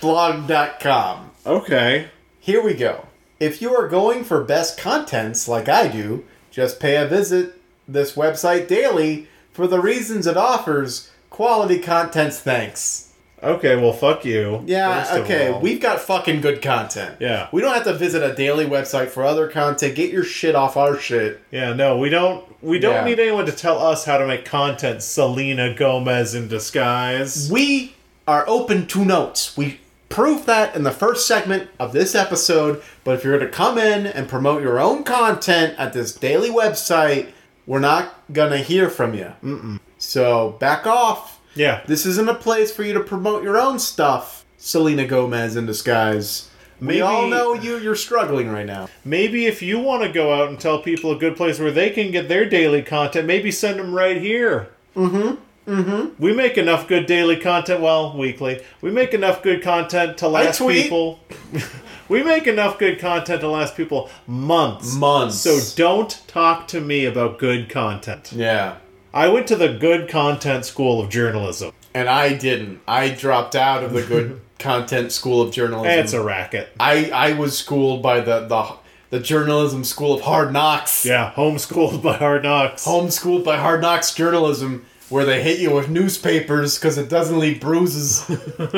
fellwishwirsch.over-blog.com. Okay. Here we go. If you are going for best contents like I do, just pay a visit this website daily for the reasons it offers. Quality contents, thanks. Okay, well, fuck you. first Yeah, of okay, all. we've got fucking good content. Yeah. We don't have to visit a daily website for other content. Get your shit off our shit. Yeah, no, we don't. We don't Yeah. need anyone to tell us how to make content. Selena Gomez in disguise. We are open to notes. We proved that in the first segment of this episode. But if you're going to come in and promote your own content at this daily website, we're not going to hear from you. Mm-mm. So back off. Yeah, This isn't a place for you to promote your own stuff, Selena Gomez in disguise. Maybe- We all know you. You're struggling right now. maybe if you want to go out and tell people a good place where they can get their daily content, maybe send them right here. Mm-hmm. Mm-hmm. We make enough good daily content. Well, weekly. We make enough good content to last tweet. people. we make enough good content to last people months. Months. So don't talk to me about good content. Yeah. I went to the good content school of journalism. And I didn't. I dropped out of the good content school of journalism. It's a racket. I I was schooled by the the the journalism school of hard knocks. Yeah, homeschooled by Hard Knocks. Homeschooled by hard knocks journalism, where they hit you with newspapers because it doesn't leave bruises.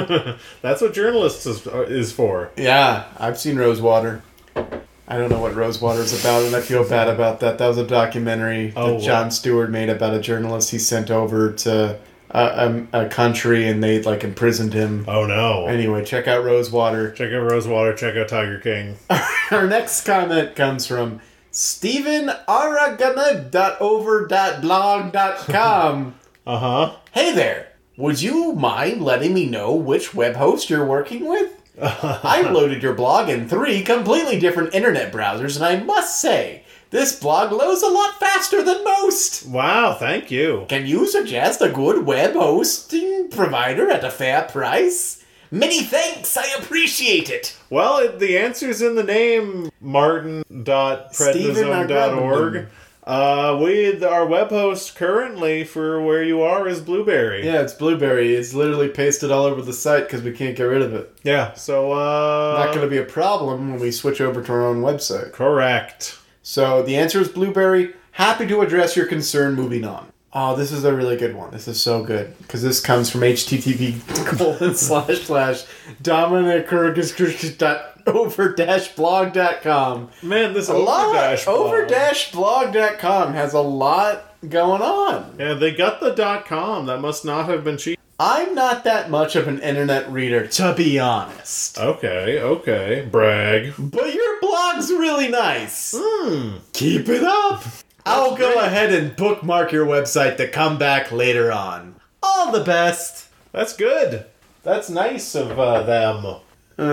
That's what journalists is, is for. yeah, I've seen Rosewater. I don't know what Rosewater's about, and I feel bad about that. That was a documentary Oh, that wow. John Stewart made about a journalist he sent over to a, a, a country, and they like imprisoned him. Oh no. Anyway, check out Rosewater. check out Rosewater, check out Tiger King. Our next comment comes from Steven Aragana.over.blog.com. Uh huh. hey there, would you mind letting me know which web host you're working with? I loaded your blog in three completely different internet browsers, and I must say, this blog loads a lot faster than most. Wow, thank you. Can you suggest a good web hosting provider at a fair price? Many thanks, I appreciate it. Well, it, the answer's in the name, martin.prednisone.org. Uh, we, our web host currently for where you are is Blueberry. Yeah, it's blueberry. It's literally pasted all over the site because we can't get rid of it. Yeah, so, uh. Not going to be a problem when we switch over to our own website. Correct. So the answer is blueberry. Happy to address your concern. Moving on. Oh, this is a really good one. This is so good because this comes from http colon slash slash dominicurgus dot over dash blog dot com. Man, this A lot Overdash blog. over dash blog dot com has a lot going on. Yeah, they got the dot com. That must not have been cheap. I'm not that much of an internet reader, to be honest. Okay, okay. Brag. But your blog's really nice. Hmm. Keep it up. I'll go ahead and bookmark your website to come back later on. All the best. That's good. That's nice of uh, them. Uh,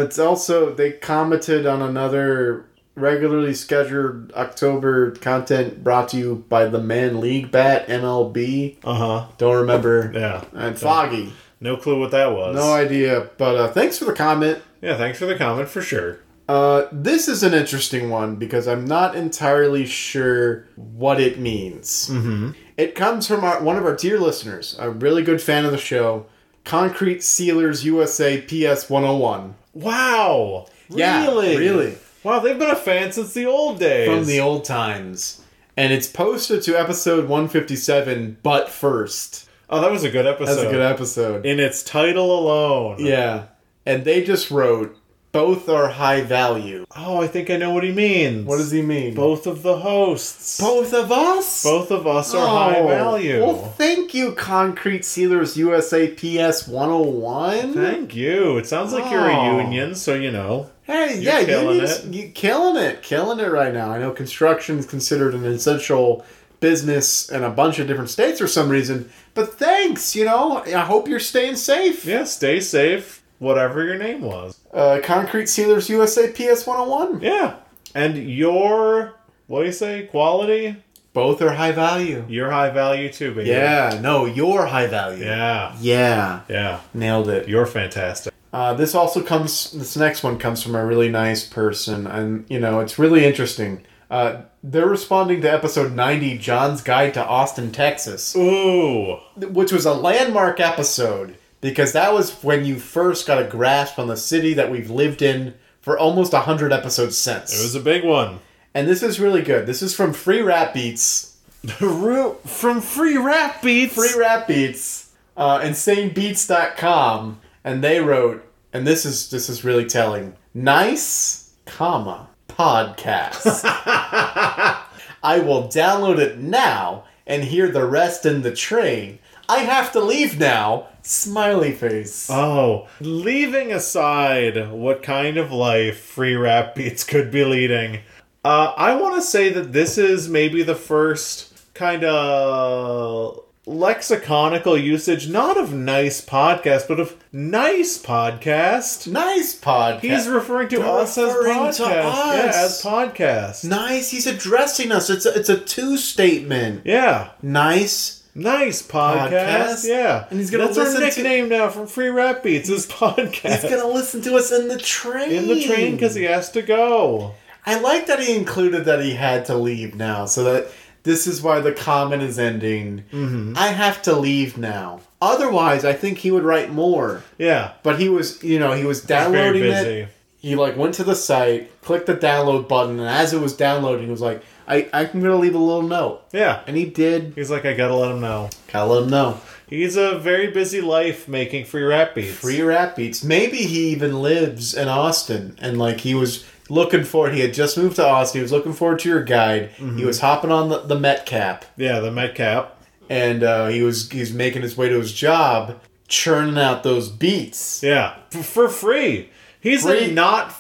it's also they commented on another regularly scheduled October content brought to you by the Man League Bat MLB. Uh huh. Don't remember. Yeah. And foggy. No clue what that was. No idea. But uh, thanks for the comment. yeah, thanks for the comment for sure. Uh, this is an interesting one because I'm not entirely sure what it means. Mm-hmm. It comes from our, one of our dear listeners, a really good fan of the show, Concrete Sealers USA PS 101. Wow. Yeah, really? oh really. Wow, they've been a fan since the old days. From the old times. And it's posted to episode 157, but first. oh, that was a good episode. That's a good episode. In its title alone. yeah. And they just wrote, both are high value. Oh, I think I know what he means. What does he mean? Both of the hosts. Both of us? Both of us are high Oh. value. Well, thank you, Concrete Sealers USA PS 101. Thank you. It sounds like you're Oh. a union, so you know. Hey, You're yeah, killing you need, it. you killing it, killing it right now. I know construction is considered an essential business in a bunch of different states for some reason, but thanks, you know. I hope you're staying safe. Yeah, stay safe, whatever your name was. Uh, Concrete Sealers USA PS 101. Yeah. And your, what do you say, quality? Both are high value. Your high value too, baby. Yeah, no, you're high value. Yeah. Yeah, Yeah. nailed it. You're fantastic. Uh, this also comes. This next one comes from a really nice person, and you know it's really interesting. Uh, they're responding to episode ninety, John's Guide to Austin, Texas, Ooh. which was a landmark episode because that was when you first got a grasp on the city that we've lived in for almost hundred episodes since. It was a big one. and this is really good. This is from Free Rap Beats. From Free Rap Beats. Free Rap Beats, uh, insanebeats.com, and they wrote, and this is this is really telling. Nice, comma podcast. I will download it now and hear the rest in the train. I have to leave now. Smiley face. Oh, leaving aside what kind of life free rap beats could be leading, uh, I want to say that this is maybe the first kind of lexiconical usage, not of nice podcast, but of nice podcast. nice podcast. He's referring to They're us as referring podcast. to Yeah, us. as podcast. nice. He's addressing us. It's a, it's a two statement. yeah. Nice. Nice podcast. Podcast? Yeah. And he's gonna That's our listen to- nickname now from Free Rap Beats is podcast. He's gonna listen to us in the train. in the train because he has to go. I like that he included that he had to leave now, so that this is why the comment is ending. I have to leave now. Otherwise, I think he would write more. Yeah, But he was, you know, he was downloading busy. it. He like went to the site, clicked the download button, and as it was downloading, he was like, "I I'm gonna leave a little note," yeah. and he did. He's like, I gotta let him know. Gotta let him know. He's a very busy life making free rap beats. Free rap beats. Maybe he even lives in Austin, and like he was looking forward. He had just moved to Austin. He was looking forward to your guide. He was hopping on the, the Metcap. yeah, the Metcalf. and uh, he was he's making his way to his job, churning out those beats. Yeah, f- for free. He's Free. a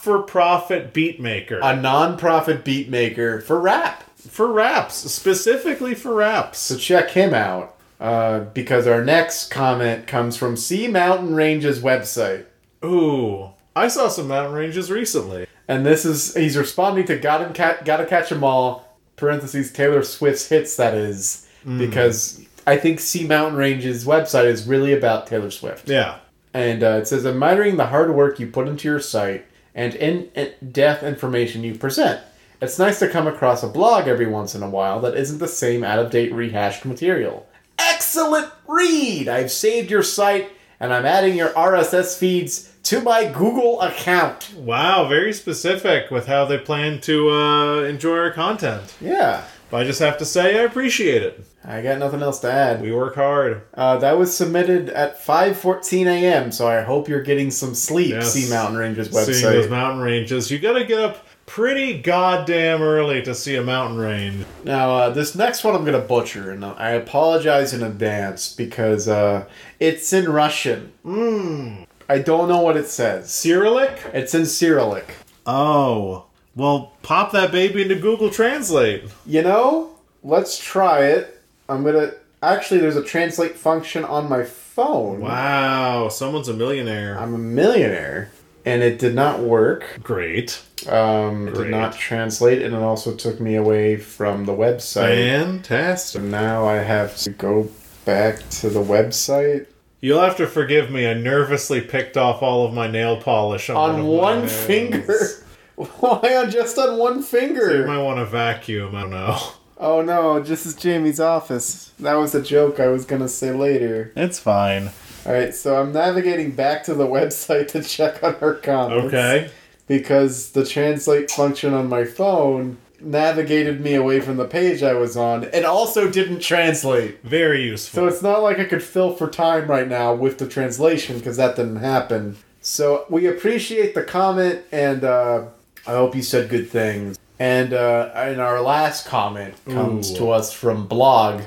not-for-profit beat maker A non-profit beat maker for rap. for raps, specifically for So raps. check him out uh, because our next comment comes from Sea Mountain Ranges website, Ooh, I saw some mountain ranges recently. and this is he's responding to "Got him, ca- gotta catch 'em all." Parentheses Taylor Swift's hits that is because I think Sea Mountain Ranges website is really about Taylor Swift. Yeah, And uh, it says, admiring the hard work you put into your site and in, in depth information you present. It's nice to come across a blog every once in a while that isn't the same out of date rehashed material. Excellent read! I've saved your site and I'm adding your RSS feeds to my Google account. wow, very specific with how they plan to uh, enjoy our content. Yeah, But I just have to say, I appreciate it. I got nothing else to add. We work hard. Uh, that was submitted at 5:14 a.m. So I hope you're getting some sleep. Yes. Sea Mountain Rangers seeing those website. mountain ranges. You gotta get up pretty goddamn early to see a mountain range. Now, uh, this next one I'm going to butcher, and I apologize in advance because uh, it's in Russian. Mm. I don't know what it says. Cyrillic? It's in Cyrillic. Oh. Well, pop that baby into Google Translate. You know, let's try it. I'm going to. Actually, there's a translate function on my phone. Wow, someone's a millionaire. I'm a millionaire, and it did not work. Great. Um, it did Great. not translate, and it also took me away from the website. Fantastic. Now I have to go back to the website. You'll have to forgive me. I nervously picked off all of my nail polish on, on of one my finger. nails. Why on just on one You finger? might want to vacuum. I don't know. Oh no, this is Jamie's office. That was a joke I was gonna say later. It's fine. All right, so I'm navigating back to the website to check on her comments. Okay. Because the translate function on my phone navigated me away from the page I was on and also didn't translate. Very So useful. it's not like I could fill for time right now with the translation because that didn't happen. So we appreciate the comment and uh, I hope you said good things. And uh, and our last comment comes Ooh. to us from Blog,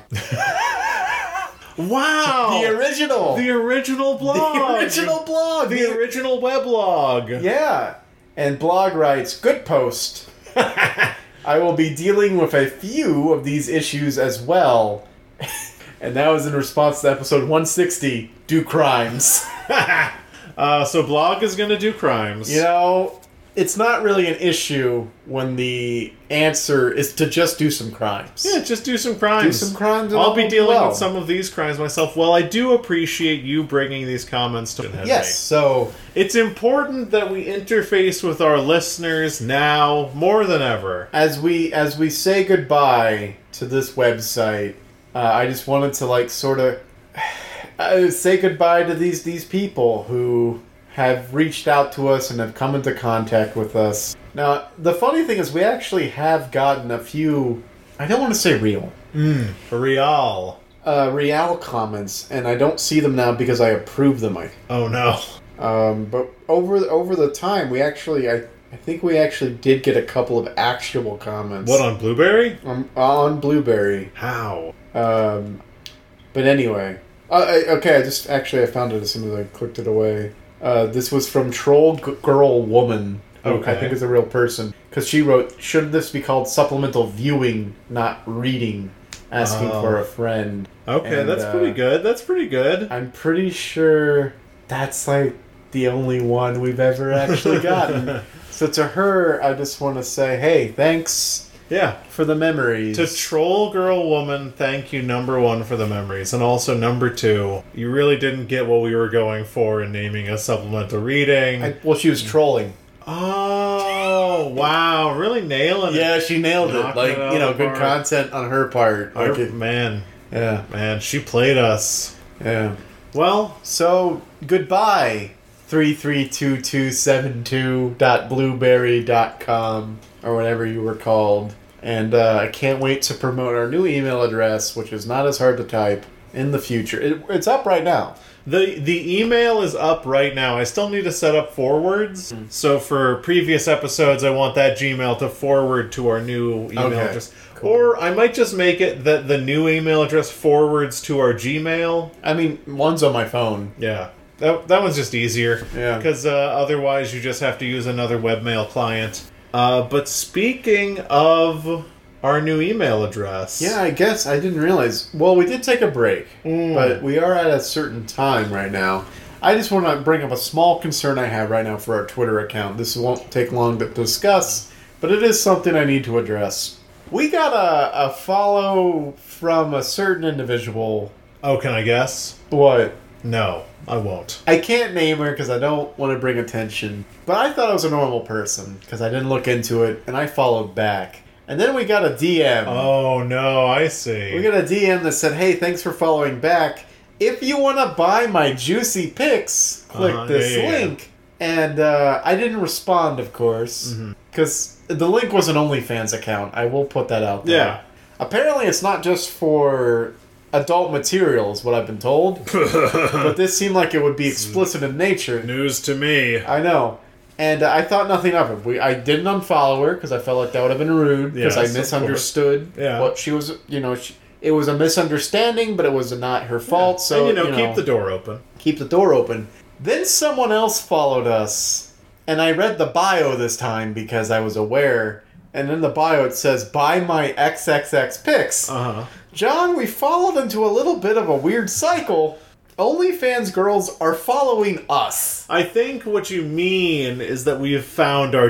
wow. the original, The original blog. The original Blog, The original weblog. Yeah. And Blog writes, good post. I will be dealing with a few of these issues as well. and that was in response to episode 160 Do Crimes. Uh, so blog is gonna do crimes. you know, it's not really an issue when the answer is to just do some crimes. Yeah, just do some crimes. Do some crimes and I'll all be will be dealing well. with some of these crimes myself. Well, I do appreciate you bringing these comments to Henry. Yes, so It's important that we interface with our listeners now more than ever. as we as we say goodbye to this website, uh, I just wanted to like sort of uh, say goodbye to these these people who have reached out to us and have come into contact with us. Now, the funny thing is, we actually have gotten a few. I don't want to say real. Real. Uh, real comments, and I don't see them now because I approve them. I Oh no. um, but over over the time, we actually I I think we actually did get a couple of actual comments. What on Blueberry? on, on Blueberry? How? Um, but anyway, uh, I, okay. I just actually I found it as soon as I clicked it away. Uh, this was from Troll G- Girl Woman. who I Okay. think is a real person because she wrote, "Should this be called supplemental viewing, not reading?" Asking Oh. for a friend. Okay, And, that's uh, pretty good. That's pretty good. I'm pretty sure that's like the only one we've ever actually gotten. so to her, I just want to say, hey, thanks Yeah. for the memories. To troll girl woman, thank you number one for the memories, and also number two, you really didn't get what we were going for in naming a supplemental reading. I- well, she was trolling. Oh wow! Really nailing it. Yeah, she nailed it. Knocked Like, it out you know, of the good park. content on her part. Like, Our- it- man, yeah, man, she played us. yeah. Well, So, goodbye, 332272.blueberry.com or whatever you were called. And uh, I can't wait to promote our new email address, which is not as hard to type in the future. It, it's up right now. the the email is up right now. I still need to set up forwards. Hmm. So for previous episodes, I want that Gmail to forward to our new email Okay, address, cool. or I might just make it that the new email address forwards to our Gmail. I mean, one's on my phone. Yeah. That, that one's just easier. Yeah. Because uh, otherwise, you just have to use another webmail client. Uh, but speaking of our new email address. Yeah, I guess I didn't realize. Well, we did take a break, but we are at a certain time right now. I just want to bring up a small concern I have right now for our Twitter account. This won't take long to discuss, but it is something I need to address. We got a, a follow from a certain individual. Oh, can I guess? What? No, I won't. I can't name her because I don't want to bring attention. But I thought I was a normal person because I didn't look into it and I followed back. And then we got a DM. Oh, no, I see. We got a DM that said, "Hey, thanks for following back. If you want to buy my juicy picks, click Uh-huh, this yeah, yeah, yeah. link." And uh, I didn't respond, of course, Mm-hmm. because the link was an OnlyFans account. I will put that out there. Yeah. Apparently, it's not just for adult material, is what I've been told. but this seemed like it would Hmm. be explicit in nature. News to me. I know. And I thought nothing of it. We, I didn't unfollow her because I felt like that would have been rude because Yes, I of misunderstood course. Yeah. what she was. You know, she, it was a misunderstanding, but it was not her fault. So and, you know, keep the door open. keep the door open. Then someone else followed us, and I read the bio this time because I was aware. And in the bio, it says, "Buy my XXX pics." Uh huh. John, we followed into a little bit of a weird cycle. OnlyFans girls are following us. I think what you mean is that we've found our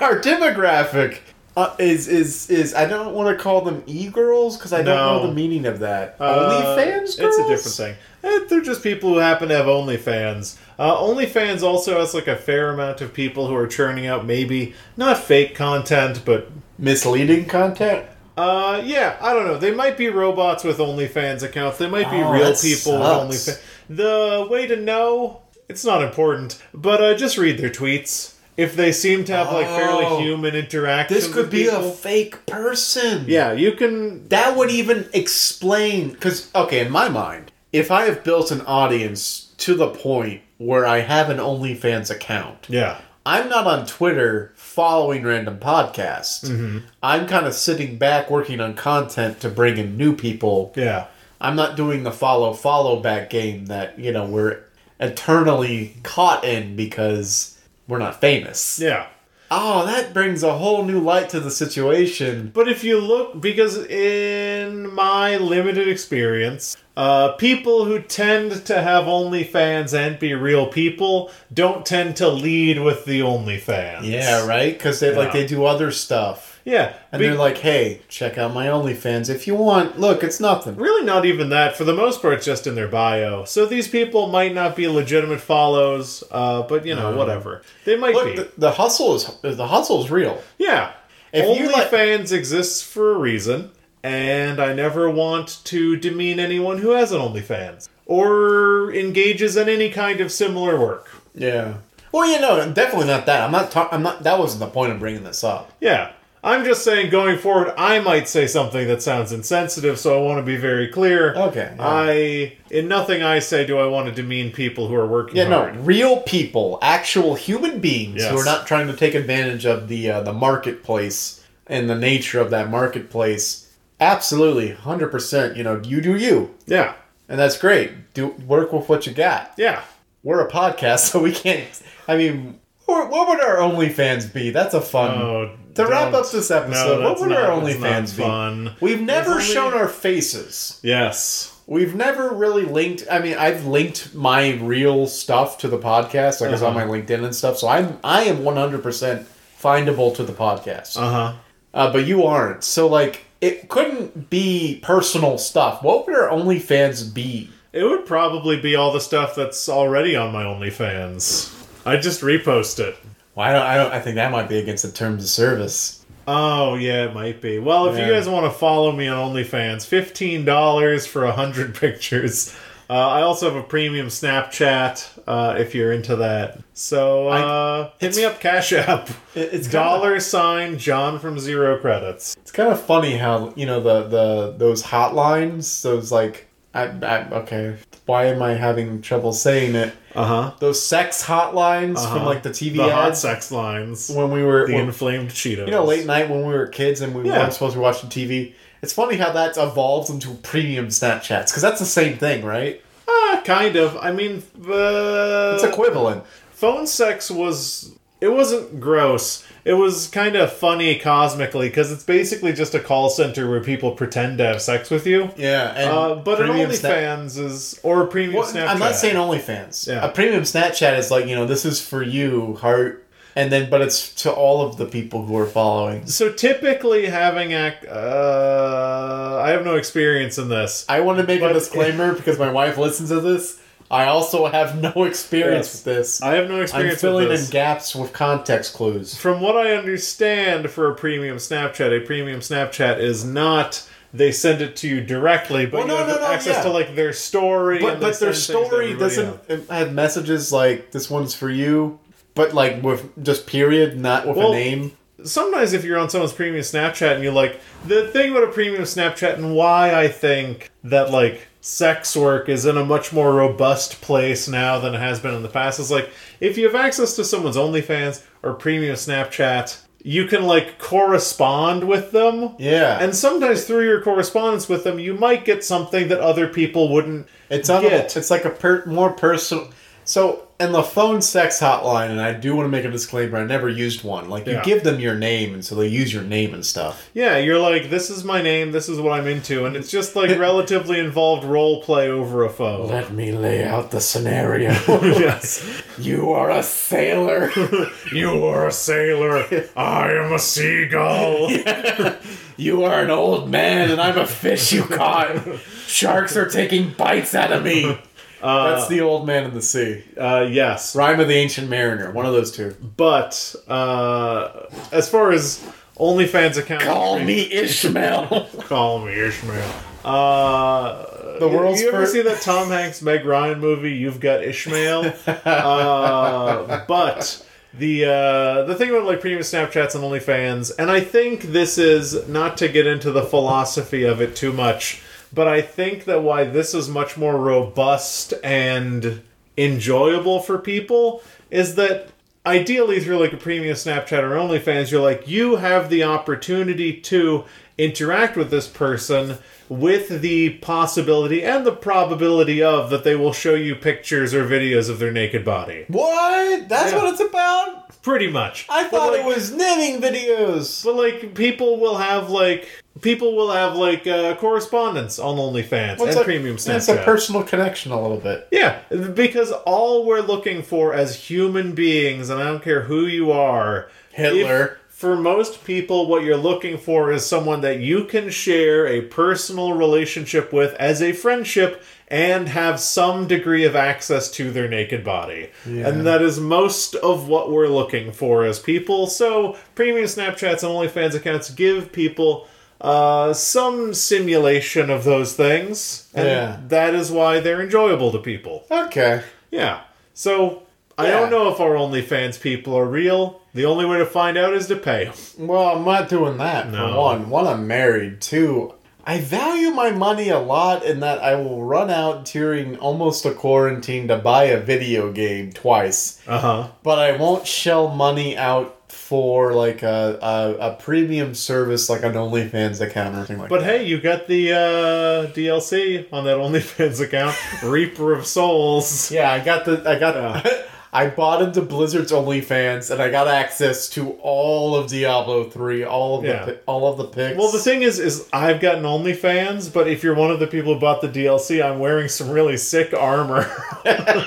our demographic uh, is is is I don't want to call them e girls because I don't No. know the meaning of that. Uh, OnlyFans girls. It's a different thing. Eh, they're just people who happen to have OnlyFans. Uh, OnlyFans also has like a fair amount of people who are churning out maybe not fake content, but Misleading content. Uh, yeah, I don't know. They might be robots with OnlyFans accounts. They might be Oh, real that people with sucks. OnlyFans. The way to know, it's not important, but uh, just read their tweets. If they seem to have like Oh. fairly human interaction, This could with be a people- fake person. yeah, you can. That would even explain. Because, okay, in my mind, if I have built an audience to the point where I have an OnlyFans account, Yeah, I'm not on Twitter following random podcasts. Mm-hmm. I'm kind of sitting back working on content to bring in new people. yeah, I'm not doing the follow follow back game that, you know, we're eternally caught in because we're not famous. yeah. Oh, that brings a whole new light to the situation. But if you look, because in my limited experience, uh, people who tend to have OnlyFans and be real people don't tend to lead with the OnlyFans. Yeah, right? Because they like Yeah. they do other stuff. Yeah, And be- they're like, hey, check out my OnlyFans if you want. Look, it's nothing. really not even that. For the most part, it's just in their bio. So these people might not be legitimate follows, uh, but you know, whatever. They might Look, be. the, the hustle is the hustle is real. Yeah. If you like- OnlyFans exists for a reason, and I never want to demean anyone who has an OnlyFans or engages in any kind of similar work. Yeah. Well, you know, definitely not that. I'm not. Ta- I'm not. That wasn't the point of bringing this up. Yeah. I'm just saying, going forward, I might say something that sounds insensitive, so I want to be very clear. Okay, yeah. I, in nothing I say, do I want to demean people who are working Yeah, no, hard. real people, actual human beings who Yes. are not trying to take advantage of the uh, the marketplace and the nature of that marketplace. Absolutely, hundred percent. You know, you do you, Yeah. and that's great. Do work with what you got. Yeah. We're a podcast, so we can't. I mean, what what would our OnlyFans be? That's a fun. Oh, to wrap don't- up this episode, no, what that's would our not- that's not OnlyFans be? fun. We've never only- shown our faces. Yes. We've never really linked. I mean, I've linked my real stuff to the podcast, like it's on my LinkedIn and stuff. So I'm I am one hundred percent findable to the podcast. Uh huh. Uh, but you aren't. So like, it couldn't be personal stuff. What would our OnlyFans be? It would probably be all the stuff that's already on my OnlyFans. I just repost it. Well, I don't. I don't. I think that might be against the terms of service. Oh yeah, it might be. Well, if you Yeah. guys want to follow me on OnlyFans, fifteen dollars for a hundred pictures. Uh, I also have a premium Snapchat uh, if you're into that. So uh, hit me up, Cash App. It- it's kinda- dollar sign John from zero credits. It's kind of funny how you know the the those hotlines. Those like, I, I okay. Why am I having trouble saying it? Uh huh. Those sex hotlines from Uh-huh. like the TV The hot ads. sex lines. when we were the when- inflamed Cheetos. you know late night when we were kids and we Yeah. weren't supposed to be watching TV. It's funny how that's evolved into premium Snapchats because that's the same thing, right? Ah, kind of. I mean, uh, It's equivalent. phone sex was it wasn't gross it was kind of funny cosmically because it's basically just a call center where people pretend to have sex with you Yeah, and uh, but an premium Sna- OnlyFans is or a premium Well, Snapchat. I'm not saying OnlyFans. Yeah. A premium Snapchat is like you know this is for you, heart, and then but it's to all of the people who are following. So typically having ac- uh, I have no experience in this. I want to make But- a disclaimer because my wife listens to this. I also have no experience Yes. with this. I have no I'm experience filling with this. in gaps with context clues. From what I understand, for a premium Snapchat, a premium Snapchat is not they send it to you directly, but Well, you no, have no, no, access yeah. to like their story. but and they but their send things to story everybody doesn't else. have messages like this one's for you, but like with just period, not with Well- a name. sometimes if you're on someone's premium Snapchat and you're like, the thing about a premium Snapchat and why I think that like sex work is in a much more robust place now than it has been in the past is like if you have access to someone's OnlyFans or premium Snapchat, you can like correspond with them. Yeah, And sometimes through your correspondence with them, you might get something that other people wouldn't. it's on get. it's like a per, more personal. So and the phone sex hotline, and I do want to make a disclaimer. I never used one. Like Yeah. you give them your name, and so they use your name and stuff. Yeah, you're like, this is my name, this is what I'm into, and it's just like relatively involved role play over a phone. Let me lay out the scenario. yes. you are a sailor. You are a sailor. I am a seagull. You are an old man, and I'm a fish you caught. Sharks are taking bites out of me. That's the old man in the sea. Uh, yes, Rhyme of the Ancient Mariner, one of those two. but uh, as far as OnlyFans account. Call me Ishmael. Call me Ishmael. Uh, The world's you ever first- see that Tom Hanks Meg Ryan movie? You've got Ishmael. uh, but the uh, the thing about like premium Snapchats and OnlyFans, and I think this is not to get into the philosophy of it too much, but I think that why this is much more robust and enjoyable for people is that ideally through like a premium Snapchat or OnlyFans, you're like, you have the opportunity to interact with this person with the possibility and the probability of that they will show you pictures or videos of their naked body. what? That's Yeah. what it's about? Pretty much. I But, thought like- it was knitting videos. But like people will have like people will have like uh, correspondence on OnlyFans and premium Snapchat. It's a personal connection a little bit. Yeah, because all we're looking for as human beings, and I don't care who you are, Hitler. if- for most people, what you're looking for is someone that you can share a personal relationship with as a friendship and have some degree of access to their naked body. And that is most of what we're looking for as people. So, premium Snapchats and OnlyFans accounts give people uh, some simulation of those things. And Yeah. that is why they're enjoyable to people. Okay. Yeah. So I Yeah. don't know if our OnlyFans people are real. The only way to find out is to pay. Well, I'm not doing that. For No. one, one I'm married. Two, I value my money a lot in that I will run out during almost a quarantine to buy a video game twice, Uh huh. but I won't shell money out for like a a, a premium service like an OnlyFans account or anything like. But hey, you got the uh, DLC on that OnlyFans account, Reaper of Souls. that. yeah, I got the I got. Yeah. I bought into Blizzard's OnlyFans and I got access to all of Diablo three, all of Yeah. the pi- all of the pics. Well, the thing is, is I've gotten OnlyFans, but if you're one of the people who bought the DLC, I'm wearing some really sick armor.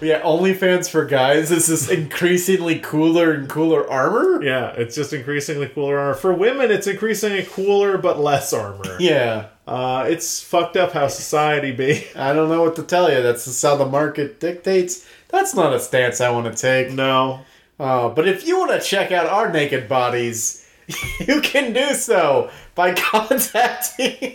Yeah, OnlyFans for guys is this increasingly cooler and cooler armor. yeah, it's just increasingly cooler armor. For women, it's increasingly cooler but less armor. Yeah, Uh, it's fucked up how society be. I don't know what to tell you. That's just how the market dictates. That's not a stance I want to take. no, Uh, but if you want to check out our naked bodies, you can do so by contacting,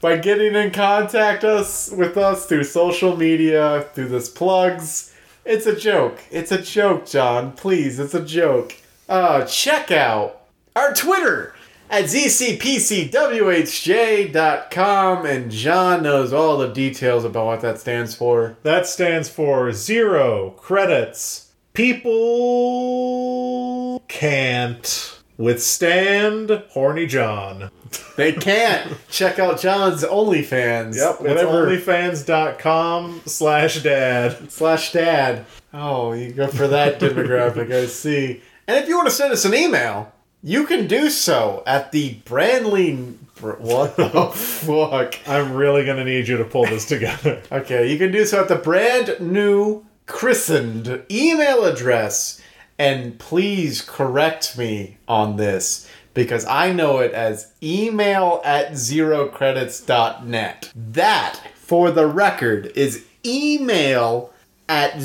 by getting in contact us with us through social media, through this plugs. It's a joke. It's a joke, John. Please, it's a joke. Uh, check out our Twitter at zcpcwhj.com, and John knows all the details about what that stands for. That stands for zero credits. People can't withstand Horny John. They can't check out John's OnlyFans. It's whatever. onlyfans.com slash dad. slash dad. Oh, you go for that demographic, I see. And if you want to send us an email, you can do so at the Brandly. Br- What the fuck? I'm really going to need you to pull this together. Okay, you can do so at the brand new christened email address. And please correct me on this because I know it as email at zerocredits.net. That, for the record, is email at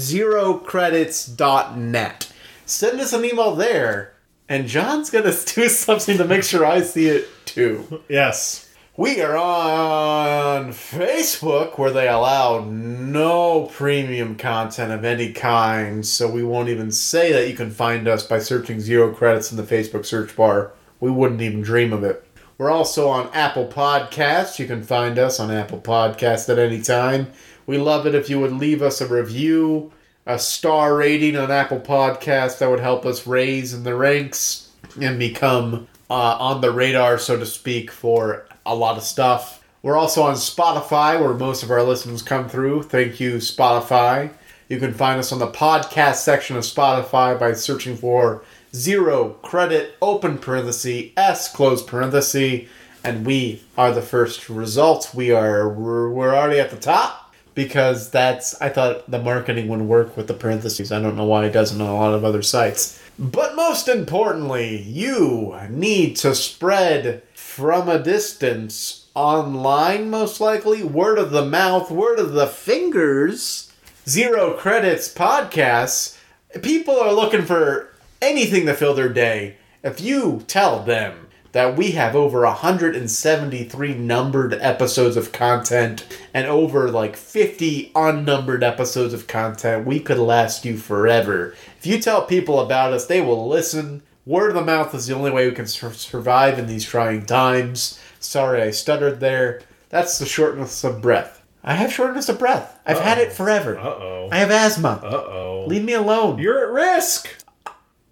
zerocredits.net. Send us an email there, and John's gonna do something to make sure I see it too. Yes. We are on Facebook where they allow no premium content of any kind, so we won't even say that you can find us by searching zero credits in the Facebook search bar. We wouldn't even dream of it. We're also on Apple Podcasts. You can find us on Apple Podcasts at any time. We love it if you would leave us a review, a star rating on Apple Podcasts. That would help us raise in the ranks and become uh, on the radar, so to speak, for a lot of stuff. We're also on Spotify, where most of our listeners come through. Thank you, Spotify. You can find us on the podcast section of Spotify by searching for zero credit open parenthesis s close parenthesis, and we are the first results. We are we're, we're already at the top because that's I thought the marketing would work with the parentheses. I don't know why it doesn't on a lot of other sites. But most importantly, you need to spread from a distance online, most likely, word of the mouth, word of the fingers, zero credits podcasts. People are looking for anything to fill their day. If you tell them that we have over 173 numbered episodes of content and over like 50 unnumbered episodes of content, we could last you forever. If you tell people about us, they will listen. Word of mouth is the only way we can sur- survive in these trying times. Sorry, I stuttered there. That's the shortness of breath. I have shortness of breath. I've had it forever. Uh-oh. I have asthma. Uh-oh. Leave me alone. You're at risk.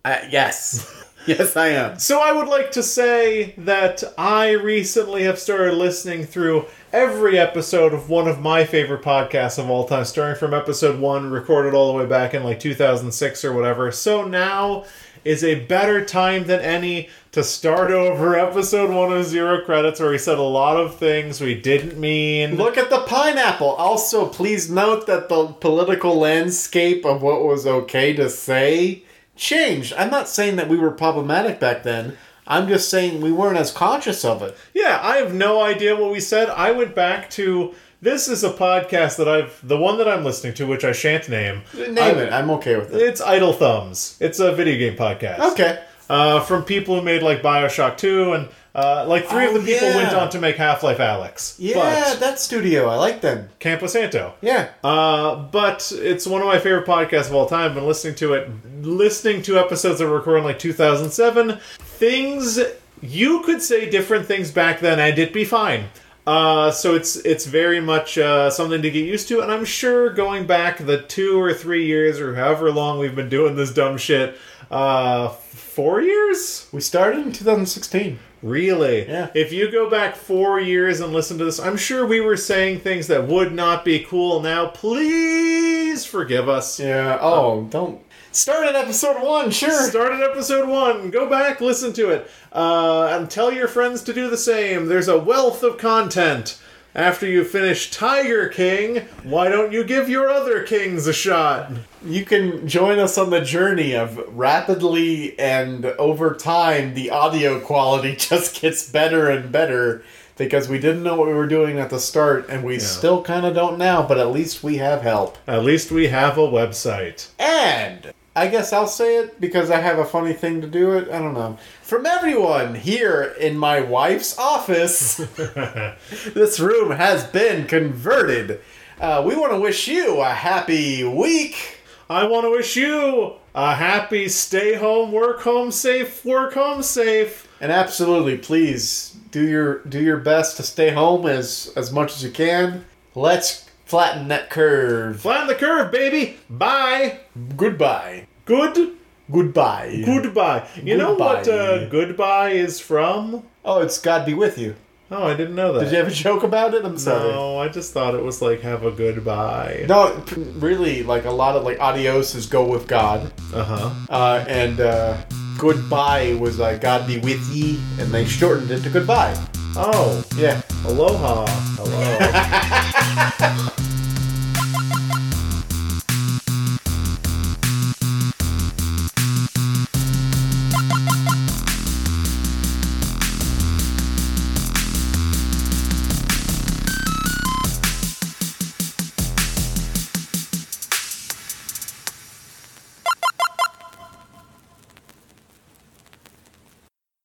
Uh, yes. yes, I am. So I would like to say that I recently have started listening through every episode of one of my favorite podcasts of all time, starting from episode one, recorded all the way back in like 2006 or whatever. So now is a better time than any to start over episode one of Zero Credits, where we said a lot of things we didn't mean. Look at the pineapple. Also, please note that the political landscape of what was okay to say changed. I'm not saying that we were problematic back then. I'm just saying we weren't as conscious of it. Yeah, I have no idea what we said. I went back to this is a podcast that I've the one that I'm listening to, which I shan't name. Name I- it. I'm okay with it. It's Idle Thumbs. It's a video game podcast. Okay. Uh, from people who made like Bioshock Two and uh, like three Oh, of the people yeah. went on to make Half Life Alex. Yeah, But that studio. I like them. Campo Santo. Yeah. Uh, but it's one of my favorite podcasts of all time. I've been listening to it, listening to episodes that were recorded in like 2007. Things you could say different things back then, and it'd be fine. Uh, so it's it's very much uh, something to get used to, and I'm sure going back the two or three years or however long we've been doing this dumb shit, uh, four years. We started in 2016. Really? Yeah. If you go back four years and listen to this, I'm sure we were saying things that would not be cool now. Please forgive us. Yeah. Oh, don't. Start at episode one, sure. Start at episode one. Go back, listen to it, uh, and tell your friends to do the same. There's a wealth of content. After you finish Tiger King, why don't you give your other kings a shot? You can join us on the journey of rapidly and over time, the audio quality just gets better and better because we didn't know what we were doing at the start and we still kind of don't now, but at least we have help. At least we have a website. And I guess I'll say it because I have a funny thing to do it. I don't know. From everyone here in my wife's office, this room has been converted. Uh, we want to wish you a happy week. I want to wish you a happy stay home, work home safe, work home safe. And absolutely, please do your do your best to stay home as as much as you can. Let's flatten that curve. Flatten the curve, baby. Bye. Goodbye. Good. Goodbye. Goodbye. You know what Goodbye. uh, goodbye is from? oh, it's God be with you. Oh, I didn't know that. Did you have a joke about it? I'm sorry. no, I just thought it was like have a goodbye. No, p- really, like a lot of like adios is go with God, Uh huh. uh, and uh, goodbye was uh, God be with ye, and they shortened it to goodbye. Oh, Yeah. aloha. Hello.